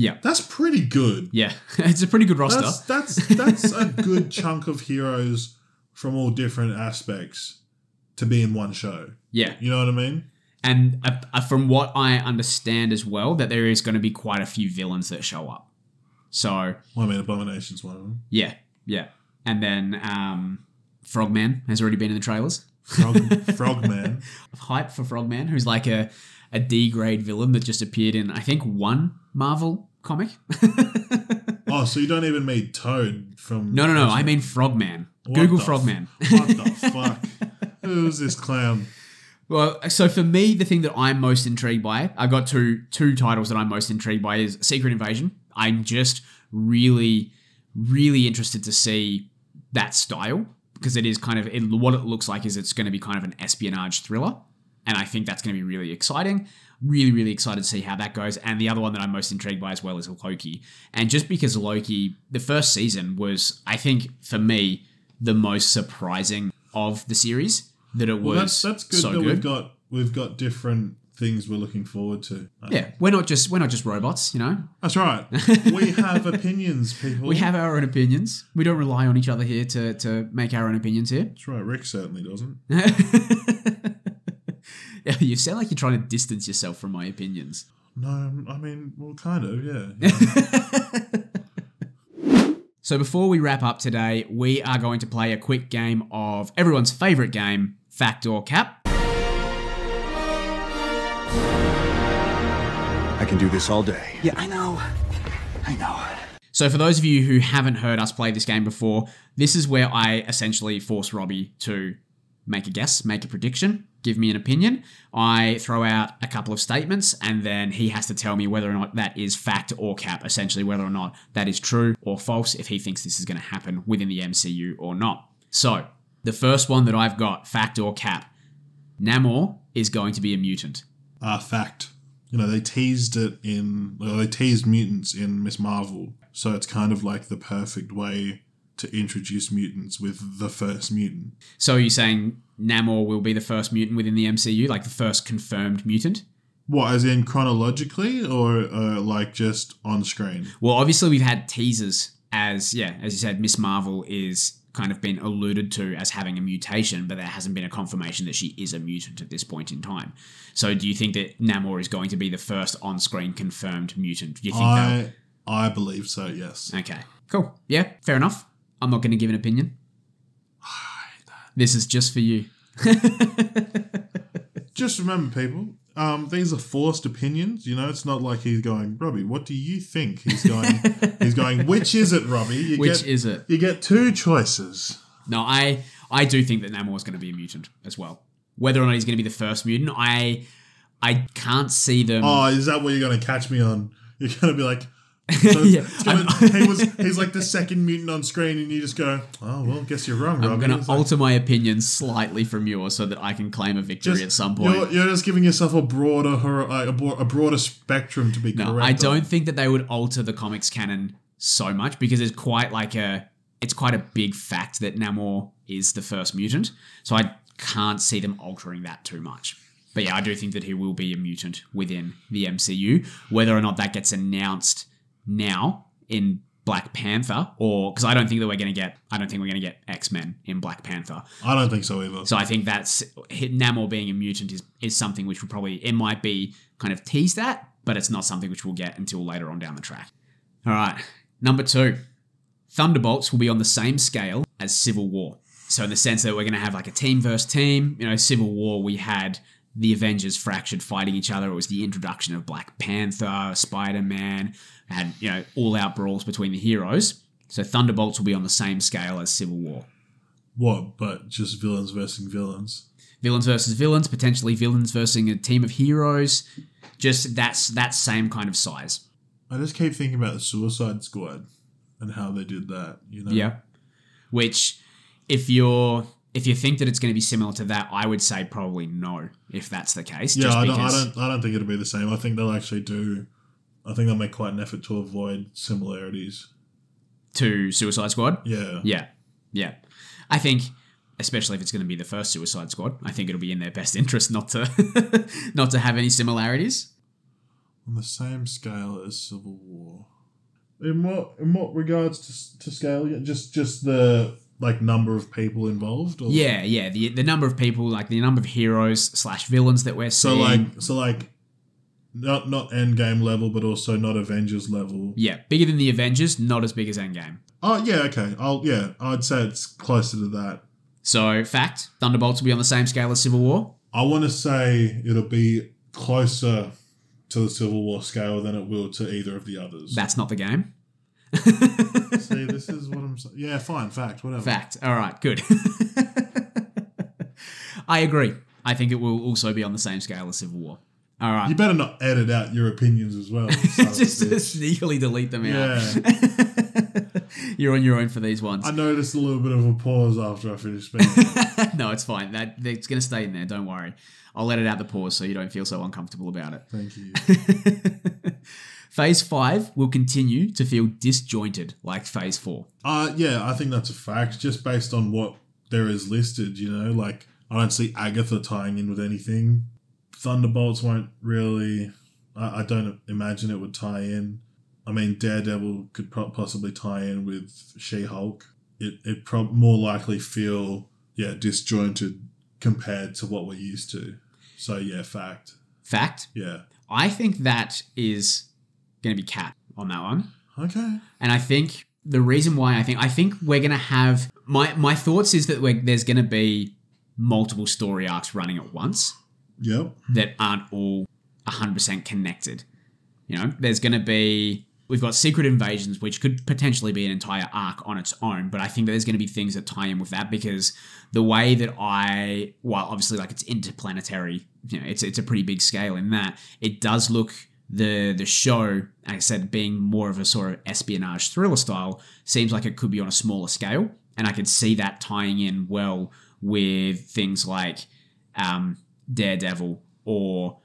[SPEAKER 1] yeah
[SPEAKER 2] That's pretty good.
[SPEAKER 1] yeah it's a pretty good roster
[SPEAKER 2] That's that's that's a good chunk of heroes from all different aspects to be in one show.
[SPEAKER 1] yeah
[SPEAKER 2] You know what I mean?
[SPEAKER 1] and uh, uh, from what i understand as well that there is going to be quite a few villains that show up so
[SPEAKER 2] Well, I mean, Abomination's one of them.
[SPEAKER 1] Yeah, yeah. And then um, Frogman has already been in the trailers.
[SPEAKER 2] Frog, Frogman.
[SPEAKER 1] Hype for Frogman, who's like a, a D grade villain that just appeared in, I think, one Marvel comic.
[SPEAKER 2] Oh, so you don't even mean Toad from?
[SPEAKER 1] no, no, no. I mean Frogman.
[SPEAKER 2] What
[SPEAKER 1] Google
[SPEAKER 2] the f-
[SPEAKER 1] Frogman.
[SPEAKER 2] What the fuck? Who's this clown?
[SPEAKER 1] Well, so for me, the thing that I'm most intrigued by, I've got two two titles that I'm most intrigued by is Secret Invasion. I'm just really, really interested to see that style because it is kind of it, what it looks like is it's going to be kind of an espionage thriller, and I think that's going to be really exciting. Really, really excited to see how that goes. And the other one that I'm most intrigued by as well is Loki, and just because Loki, the first season was, I think for me, the most surprising of the series. That it
[SPEAKER 2] Well, that's
[SPEAKER 1] was
[SPEAKER 2] that's good
[SPEAKER 1] so
[SPEAKER 2] that
[SPEAKER 1] good.
[SPEAKER 2] we've got we've got different things we're looking forward to.
[SPEAKER 1] Yeah, we're not just we're not just robots, you know.
[SPEAKER 2] That's right. We have opinions, people.
[SPEAKER 1] We have our own opinions. We don't rely on each other here to to make our own opinions here.
[SPEAKER 2] That's right. Rick certainly doesn't.
[SPEAKER 1] Yeah, you sound like you're trying to distance yourself from my opinions.
[SPEAKER 2] No, I mean, well, kind of, yeah. yeah.
[SPEAKER 1] So before we wrap up today, we are going to play a quick game of everyone's favorite game, fact or cap.
[SPEAKER 4] I can do this all day.
[SPEAKER 5] Yeah, I know. I know.
[SPEAKER 1] So, for those of you who haven't heard us play this game before, this is where I essentially force Robbie to make a guess, make a prediction, give me an opinion. I throw out a couple of statements, and then he has to tell me whether or not that is fact or cap, essentially, whether or not that is true or false, if he thinks this is going to happen within the MCU or not. So, the first one that I've got, fact or cap, Namor is going to be a mutant.
[SPEAKER 2] Ah, fact. You know, they teased it in, well, they teased mutants in Miss Marvel. So it's kind of like the perfect way to introduce mutants with the first mutant.
[SPEAKER 1] So are you saying Namor will be the first mutant within the MCU, like the first confirmed mutant?
[SPEAKER 2] What, as in chronologically or uh, like just on screen?
[SPEAKER 1] Well, obviously we've had teasers as yeah, as you said, Miss Marvel is kind of been alluded to as having a mutation, but there hasn't been a confirmation that she is a mutant at this point in time. So do you think that Namor is going to be the first on-screen confirmed mutant? Do you think that?
[SPEAKER 2] I, I believe so, yes.
[SPEAKER 1] Okay. Cool. Yeah, fair enough. I'm not going to give an opinion. This is just for you.
[SPEAKER 2] Just remember, people, um, these are forced opinions. You know, it's not like he's going, Robbie, what do you think? He's going, he's going, which is it, Robbie? You
[SPEAKER 1] Which
[SPEAKER 2] get,
[SPEAKER 1] is it?
[SPEAKER 2] You get two choices.
[SPEAKER 1] No, I I do think that Namor is going to be a mutant as well. Whether or not he's going to be the first mutant, I I can't see them.
[SPEAKER 2] Oh, is that what you're going to catch me on? You're going to be like, so
[SPEAKER 1] Yeah,
[SPEAKER 2] it's gonna-
[SPEAKER 1] I'm-
[SPEAKER 2] he was, he's like the second mutant on screen, and you just go, oh, well, guess you're wrong, Robbie.
[SPEAKER 1] I'm going
[SPEAKER 2] It's
[SPEAKER 1] to
[SPEAKER 2] like,
[SPEAKER 1] alter my opinion slightly from yours so that I can claim a victory
[SPEAKER 2] just-
[SPEAKER 1] at some point.
[SPEAKER 2] You're, you're just giving yourself a broader, hor- like, a bro- a broader spectrum to be
[SPEAKER 1] No,
[SPEAKER 2] correct.
[SPEAKER 1] I
[SPEAKER 2] on.
[SPEAKER 1] don't think that they would alter the comics canon so much because it's quite like a it's quite a big fact that Namor is the first mutant. So I can't see them altering that too much. But yeah, I do think that he will be a mutant within the MCU. Whether or not that gets announced now in Black Panther, or because I don't think that we're going to get, I don't think we're going to get X Men in Black Panther.
[SPEAKER 2] I don't think so either.
[SPEAKER 1] So I think that's Namor being a mutant is is something which will probably it might be kind of teased at, but it's not something which we'll get until later on down the track. All right, number two, Thunderbolts will be on the same scale as Civil War. So in the sense that we're going to have like a team versus team. You know, Civil War we had the Avengers fractured fighting each other. It was the introduction of Black Panther, Spider Man, had you know all out brawls between the heroes. So Thunderbolts will be on the same scale as Civil War.
[SPEAKER 2] What? But just villains versus villains.
[SPEAKER 1] villains versus villains, potentially villains versus a team of heroes. Just that's that same kind of size.
[SPEAKER 2] I just keep thinking about the Suicide Squad and how they did that. You know,
[SPEAKER 1] Which, if you're if you think that it's going to be similar to that, I would say probably no. If that's the case,
[SPEAKER 2] yeah.
[SPEAKER 1] just
[SPEAKER 2] I don't, I
[SPEAKER 1] because
[SPEAKER 2] don't, I don't think it'll be the same. I think they'll actually do. I think they'll make quite an effort to avoid similarities.
[SPEAKER 1] to Suicide Squad.
[SPEAKER 2] Yeah,
[SPEAKER 1] Yeah, yeah. I think, especially if it's going to be the first Suicide Squad, I think it'll be in their best interest not to not to have any similarities.
[SPEAKER 2] on the same scale as Civil War. In what in what regards to s- to scale? yeah, Just just the like number of people involved. Or?
[SPEAKER 1] Yeah, yeah. The the number of people, like the number of heroes slash villains that we're
[SPEAKER 2] So
[SPEAKER 1] seeing.
[SPEAKER 2] like so like, not not Endgame level, but also not Avengers level.
[SPEAKER 1] yeah, bigger than the Avengers, not as big as Endgame.
[SPEAKER 2] Oh yeah, okay. I'll yeah, I'd say it's closer to that.
[SPEAKER 1] So, fact Thunderbolts will be on the same scale as Civil War.
[SPEAKER 2] I want to say it'll be closer to the Civil War scale than it will to either of the others.
[SPEAKER 1] That's not the game.
[SPEAKER 2] See, this is what I'm saying. Yeah, fine, fact, whatever.
[SPEAKER 1] Fact. All right, good. I agree. I think it will also be on the same scale as Civil War. All right.
[SPEAKER 2] You better not edit out your opinions as well. son of a
[SPEAKER 1] Just to
[SPEAKER 2] bitch.
[SPEAKER 1] sneakily delete them out.
[SPEAKER 2] yeah.
[SPEAKER 1] You're on your own for these ones.
[SPEAKER 2] I noticed a little bit of a pause after I finished speaking.
[SPEAKER 1] no, it's fine. That it's going to stay in there. Don't worry. I'll let it out the pause so you don't feel so uncomfortable about it.
[SPEAKER 2] Thank you.
[SPEAKER 1] Phase five will continue to feel disjointed like Phase four.
[SPEAKER 2] Uh, yeah, I think that's a fact. Just based on what there is listed, you know, like I don't see Agatha tying in with anything. Thunderbolts won't really. I, I don't imagine it would tie in. I mean, Daredevil could pro- possibly tie in with She Hulk. It it pro- more likely feel yeah disjointed compared to what we're used to. So yeah, fact.
[SPEAKER 1] Fact.
[SPEAKER 2] Yeah.
[SPEAKER 1] I think that is going to be cat on that one.
[SPEAKER 2] Okay.
[SPEAKER 1] And I think the reason why I think I think we're going to have my my thoughts is that we're, there's going to be multiple story arcs running at once
[SPEAKER 2] Yep.
[SPEAKER 1] that aren't all 100% connected. You know, there's going to be we've got secret invasions which could potentially be an entire arc on its own, but I think that there's going to be things that tie in with that because the way that I well obviously like it's interplanetary, you know, it's it's a pretty big scale in that it does look the the show, like I said, being more of a sort of espionage thriller style, seems like it could be on a smaller scale, and I could see that tying in well with things like um, Daredevil or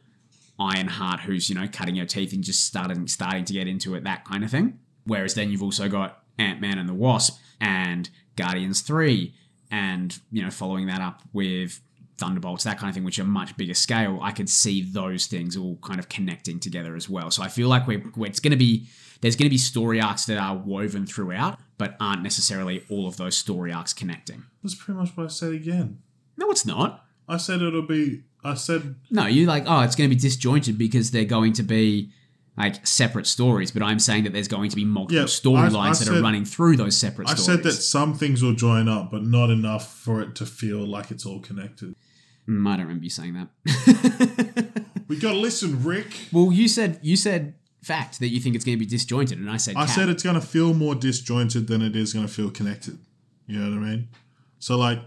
[SPEAKER 1] Ironheart, who's you know cutting her teeth and just starting starting to get into it, that kind of thing. Whereas then you've also got Ant Man and the Wasp and Guardians Three, and you know following that up with Thunderbolts, that kind of thing, which are much bigger scale. I could see those things all kind of connecting together as well. So I feel like we're, we're- it's going to be there's going to be story arcs that are woven throughout, but aren't necessarily all of those story arcs connecting.
[SPEAKER 2] That's pretty much what I said again.
[SPEAKER 1] No, it's not.
[SPEAKER 2] I said it'll be. I said
[SPEAKER 1] No, you're like, oh, it's going to be disjointed because they're going to be like separate stories. But I'm saying that there's going to be multiple
[SPEAKER 2] Yeah, I- I
[SPEAKER 1] storylines that are
[SPEAKER 2] said-
[SPEAKER 1] running through those separate
[SPEAKER 2] I
[SPEAKER 1] stories.
[SPEAKER 2] said that some things will join up, but not enough for it to feel like it's all connected.
[SPEAKER 1] Mm, I don't remember you saying that.
[SPEAKER 2] We gotta listen, Rick.
[SPEAKER 1] well, you said you said fact that you think it's going to be disjointed, and I said
[SPEAKER 2] I
[SPEAKER 1] cat.
[SPEAKER 2] said it's gonna feel more disjointed than it is gonna feel connected. You know what I mean? So like,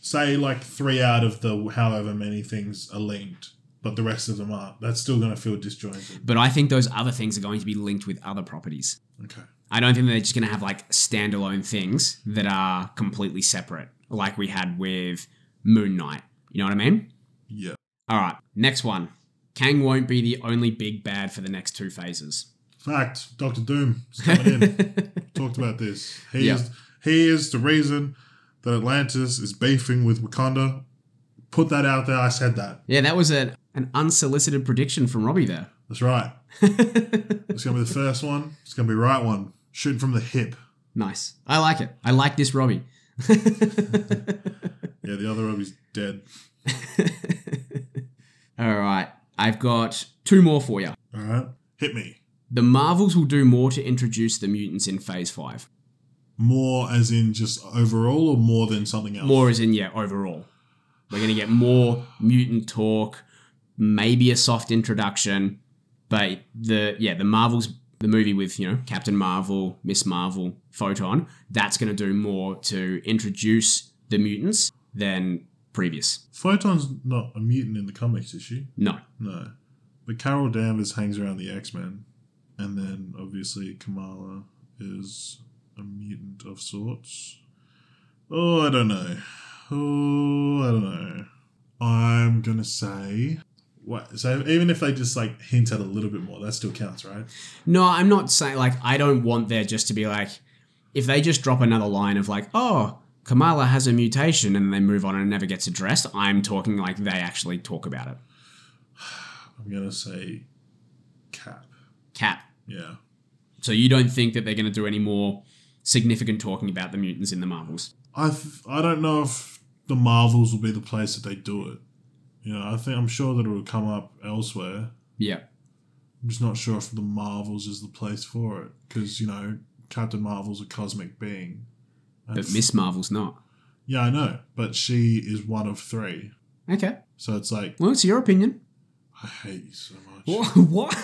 [SPEAKER 2] say like three out of the however many things are linked, but the rest of them aren't. That's still gonna feel disjointed.
[SPEAKER 1] But I think those other things are going to be linked with other properties.
[SPEAKER 2] Okay.
[SPEAKER 1] I don't think they're just going to have like standalone things that are completely separate, like we had with Moon Knight. You know what I mean?
[SPEAKER 2] Yeah.
[SPEAKER 1] All right, next one. Kang won't be the only big bad for the next two phases.
[SPEAKER 2] Fact. Doctor Doom is coming in. Talked about this. He
[SPEAKER 1] Yeah.
[SPEAKER 2] is he is the reason that Atlantis is beefing with Wakanda. Put that out there. I said that.
[SPEAKER 1] yeah, that was a, an unsolicited prediction from Robbie there.
[SPEAKER 2] That's right. it's gonna be the first one. It's gonna be right one. Shooting from the hip.
[SPEAKER 1] Nice. I like it. I like this Robbie.
[SPEAKER 2] Yeah, the other Robbie's dead.
[SPEAKER 1] All right, I've got two more for you.
[SPEAKER 2] All right, hit me
[SPEAKER 1] The Marvels will do more to introduce the mutants in Phase 5.
[SPEAKER 2] more, as in just overall, or more than something else.
[SPEAKER 1] More as in, yeah, overall. We're going to get more mutant talk, maybe a soft introduction, but the, yeah, the Marvels, the movie with, you know, Captain Marvel, Miss Marvel, Photon, that's going to do more to introduce the mutants than previous.
[SPEAKER 2] Photon's not a mutant in the comics, is she?
[SPEAKER 1] No.
[SPEAKER 2] No, but Carol Danvers hangs around the X Men, and then obviously Kamala is a mutant of sorts. Oh, I don't know. Oh, I don't know. I'm gonna say what. So even if they just like hint at a little bit more, that still counts, right?
[SPEAKER 1] No, I'm not saying like I don't want there just to be like if they just drop another line of like, oh, Kamala has a mutation and they move on and it never gets addressed, I'm talking like they actually talk about it.
[SPEAKER 2] I'm gonna say Cap.
[SPEAKER 1] Cap.
[SPEAKER 2] Yeah.
[SPEAKER 1] So you don't think that they're gonna do any more significant talking about the mutants in the Marvels.
[SPEAKER 2] I th- I don't know if the Marvels will be the place that they do it. You know, I think I'm sure that it will come up elsewhere.
[SPEAKER 1] Yeah.
[SPEAKER 2] I'm just not sure if the Marvels is the place for it because you know Captain Marvel's a cosmic being.
[SPEAKER 1] But
[SPEAKER 2] That's-
[SPEAKER 1] Miss Marvel's not.
[SPEAKER 2] yeah, I know, but she is one of three.
[SPEAKER 1] Okay.
[SPEAKER 2] So it's like
[SPEAKER 1] Well, it's your opinion.
[SPEAKER 2] I hate you so much.
[SPEAKER 1] What?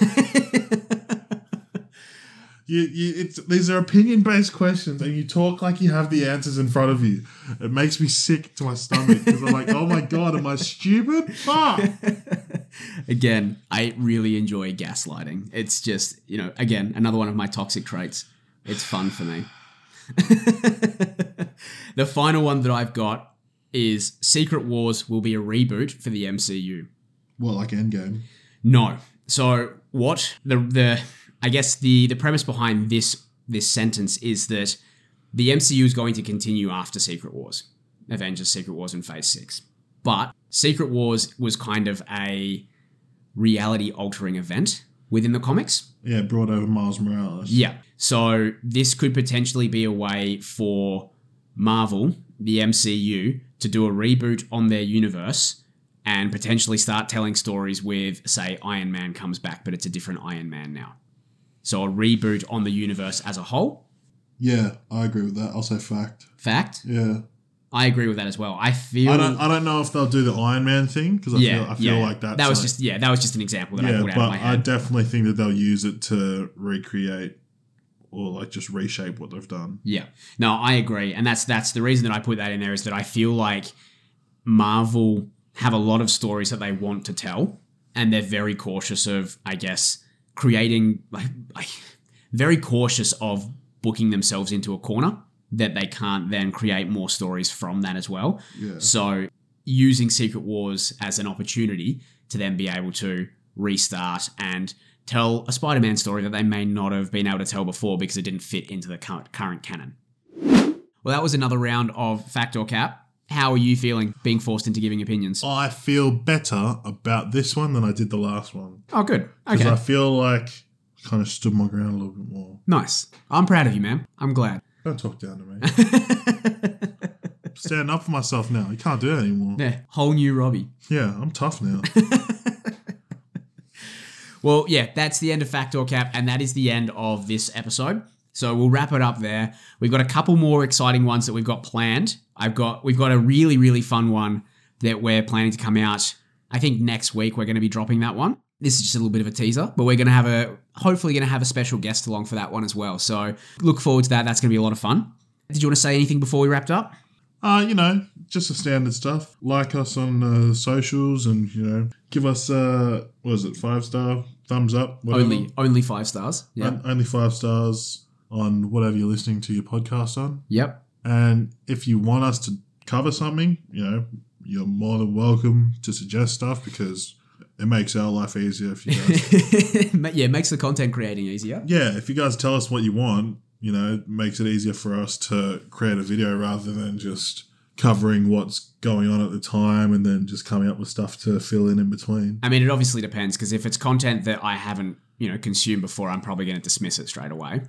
[SPEAKER 2] You, you, it's, these are opinion based questions, and you talk like you have the answers in front of you. It makes me sick to my stomach because I'm like, oh my god, am I stupid? Fuck.
[SPEAKER 1] again, I really enjoy gaslighting. It's just, you know, again, another one of my toxic traits. It's fun for me. the final one that I've got is Secret Wars will be a reboot for the MCU.
[SPEAKER 2] Well, like Endgame.
[SPEAKER 1] No. So what the the I guess the the premise behind this this sentence is that the MCU is going to continue after Secret Wars, Avengers Secret Wars in Phase 6. But Secret Wars was kind of a reality altering event within the comics.
[SPEAKER 2] Yeah, brought over Miles Morales.
[SPEAKER 1] Yeah. So this could potentially be a way for Marvel, the MCU, to do a reboot on their universe and potentially start telling stories with, say, Iron Man comes back, but it's a different Iron Man now. So a reboot on the universe as a whole.
[SPEAKER 2] Yeah, I agree with that. I'll say fact.
[SPEAKER 1] Fact.
[SPEAKER 2] Yeah.
[SPEAKER 1] I agree with that as well. I feel
[SPEAKER 2] I don't. I don't know if they'll do the Iron Man thing because I
[SPEAKER 1] yeah,
[SPEAKER 2] feel. I feel
[SPEAKER 1] yeah.
[SPEAKER 2] like that's
[SPEAKER 1] That was
[SPEAKER 2] like-
[SPEAKER 1] just yeah, that was just an example that I
[SPEAKER 2] Yeah,
[SPEAKER 1] pulled out
[SPEAKER 2] but
[SPEAKER 1] of my
[SPEAKER 2] I
[SPEAKER 1] head.
[SPEAKER 2] definitely think that they'll use it to recreate or like just reshape what they've done.
[SPEAKER 1] Yeah. No, I agree. And that's that's the reason that I put that in there is that I feel like Marvel have a lot of stories that they want to tell and they're very cautious of I guess creating like, like very cautious of booking themselves into a corner that they can't then create more stories from that as well.
[SPEAKER 2] Yeah.
[SPEAKER 1] So using Secret Wars as an opportunity to then be able to restart and tell a Spider Man story that they may not have been able to tell before because it didn't fit into the current, current canon. Well, that was another round of Fact or Cap. How are you feeling being forced into giving opinions? Oh,
[SPEAKER 2] I feel better about this one than I did the last one
[SPEAKER 1] good.
[SPEAKER 2] because
[SPEAKER 1] Okay.
[SPEAKER 2] I feel like I kind of stood my ground a little bit more.
[SPEAKER 1] Nice. I'm proud of you, man. I'm glad.
[SPEAKER 2] Don't talk down to me. Standing up for myself now. You can't do that anymore. Yeah,
[SPEAKER 1] yeah, whole new Robbie.
[SPEAKER 2] I'm tough now.
[SPEAKER 1] Well, yeah, that's the end of Fact or Cap, and that is the end of this episode. So we'll wrap it up there. We've got a couple more exciting ones that we've got planned. I've got we've got a really really fun one that we're planning to come out. I think next week we're going to be dropping that one. This is just a little bit of a teaser, but we're going to have a hopefully going to have a special guest along for that one as well. So look forward to that. That's going to be a lot of fun. Did you want to say anything before we wrapped up?
[SPEAKER 2] Uh, you know, just the standard stuff. Like us on uh, socials and, you know, give us, uh, what is it, five star, thumbs up, whatever.
[SPEAKER 1] Only only five stars. Yeah.
[SPEAKER 2] On- only five stars on whatever you're listening to your podcast on.
[SPEAKER 1] yep.
[SPEAKER 2] And if you want us to cover something, you know, you're more than welcome to suggest stuff because it makes our life easier if you guys.
[SPEAKER 1] yeah, makes the content creating easier.
[SPEAKER 2] yeah, if you guys tell us what you want, you know, it makes it easier for us to create a video rather than just covering what's going on at the time and then just coming up with stuff to fill in in between.
[SPEAKER 1] I mean, it obviously depends because if it's content that I haven't, you know, consumed before, I'm probably going to dismiss it straight away.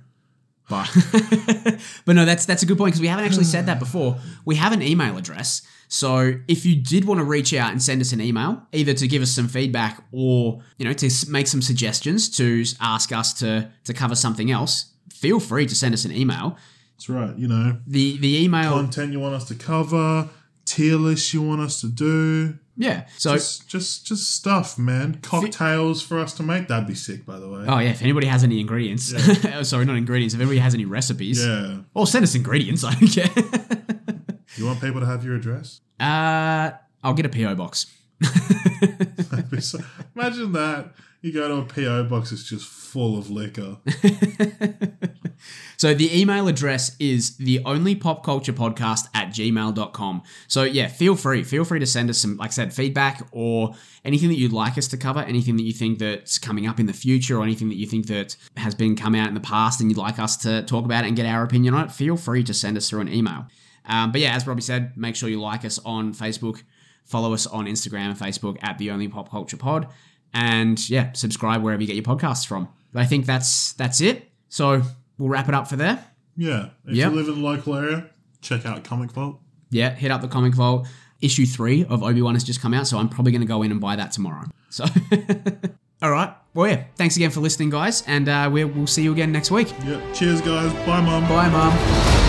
[SPEAKER 1] But but no, that's that's a good point because we haven't actually said that before. We have an email address, so if you did want to reach out and send us an email, either to give us some feedback or you know to s- make some suggestions to s- ask us to to cover something else, feel free to send us an email.
[SPEAKER 2] That's right, you know,
[SPEAKER 1] The the email,
[SPEAKER 2] content you want us to cover, tier lists you want us to do.
[SPEAKER 1] yeah. So
[SPEAKER 2] Just, just, just stuff, man. Cocktails for us to make. That'd be sick, by the way.
[SPEAKER 1] oh yeah, if anybody has any ingredients, oh, sorry, not ingredients. If anybody has any recipes,
[SPEAKER 2] yeah.
[SPEAKER 1] or Oh, send us ingredients. I don't care.
[SPEAKER 2] You want people to have your address?
[SPEAKER 1] Uh, I'll get a PO box.
[SPEAKER 2] That'd be so- Imagine that. You go to a PO box, it's just full of liquor.
[SPEAKER 1] So the email address is the only pop culture podcast at gmail.com. So yeah, feel free, feel free to send us some, like I said, feedback or anything that you'd like us to cover, anything that you think that's coming up in the future or anything that you think that has been come out in the past and you'd like us to talk about it and get our opinion on it. Feel free to send us through an email. Um, but yeah, as Robbie said, make sure you like us on Facebook, follow us on Instagram and Facebook at the only pop culture pod and yeah, subscribe wherever you get your podcasts from. But I think that's, that's it. So we'll wrap it up for there.
[SPEAKER 2] Yeah. If
[SPEAKER 1] Yep.
[SPEAKER 2] you live in the local area, check out Comic Vault.
[SPEAKER 1] Yeah, hit up the comic vault. Issue three of Obi Wan has just come out, so I'm probably going to go in and buy that tomorrow. So, all right. Well, yeah. Thanks again for listening, guys, and uh, we- we'll see you again next week.
[SPEAKER 2] Yep. Cheers, guys. Bye, mum.
[SPEAKER 1] Bye, mum.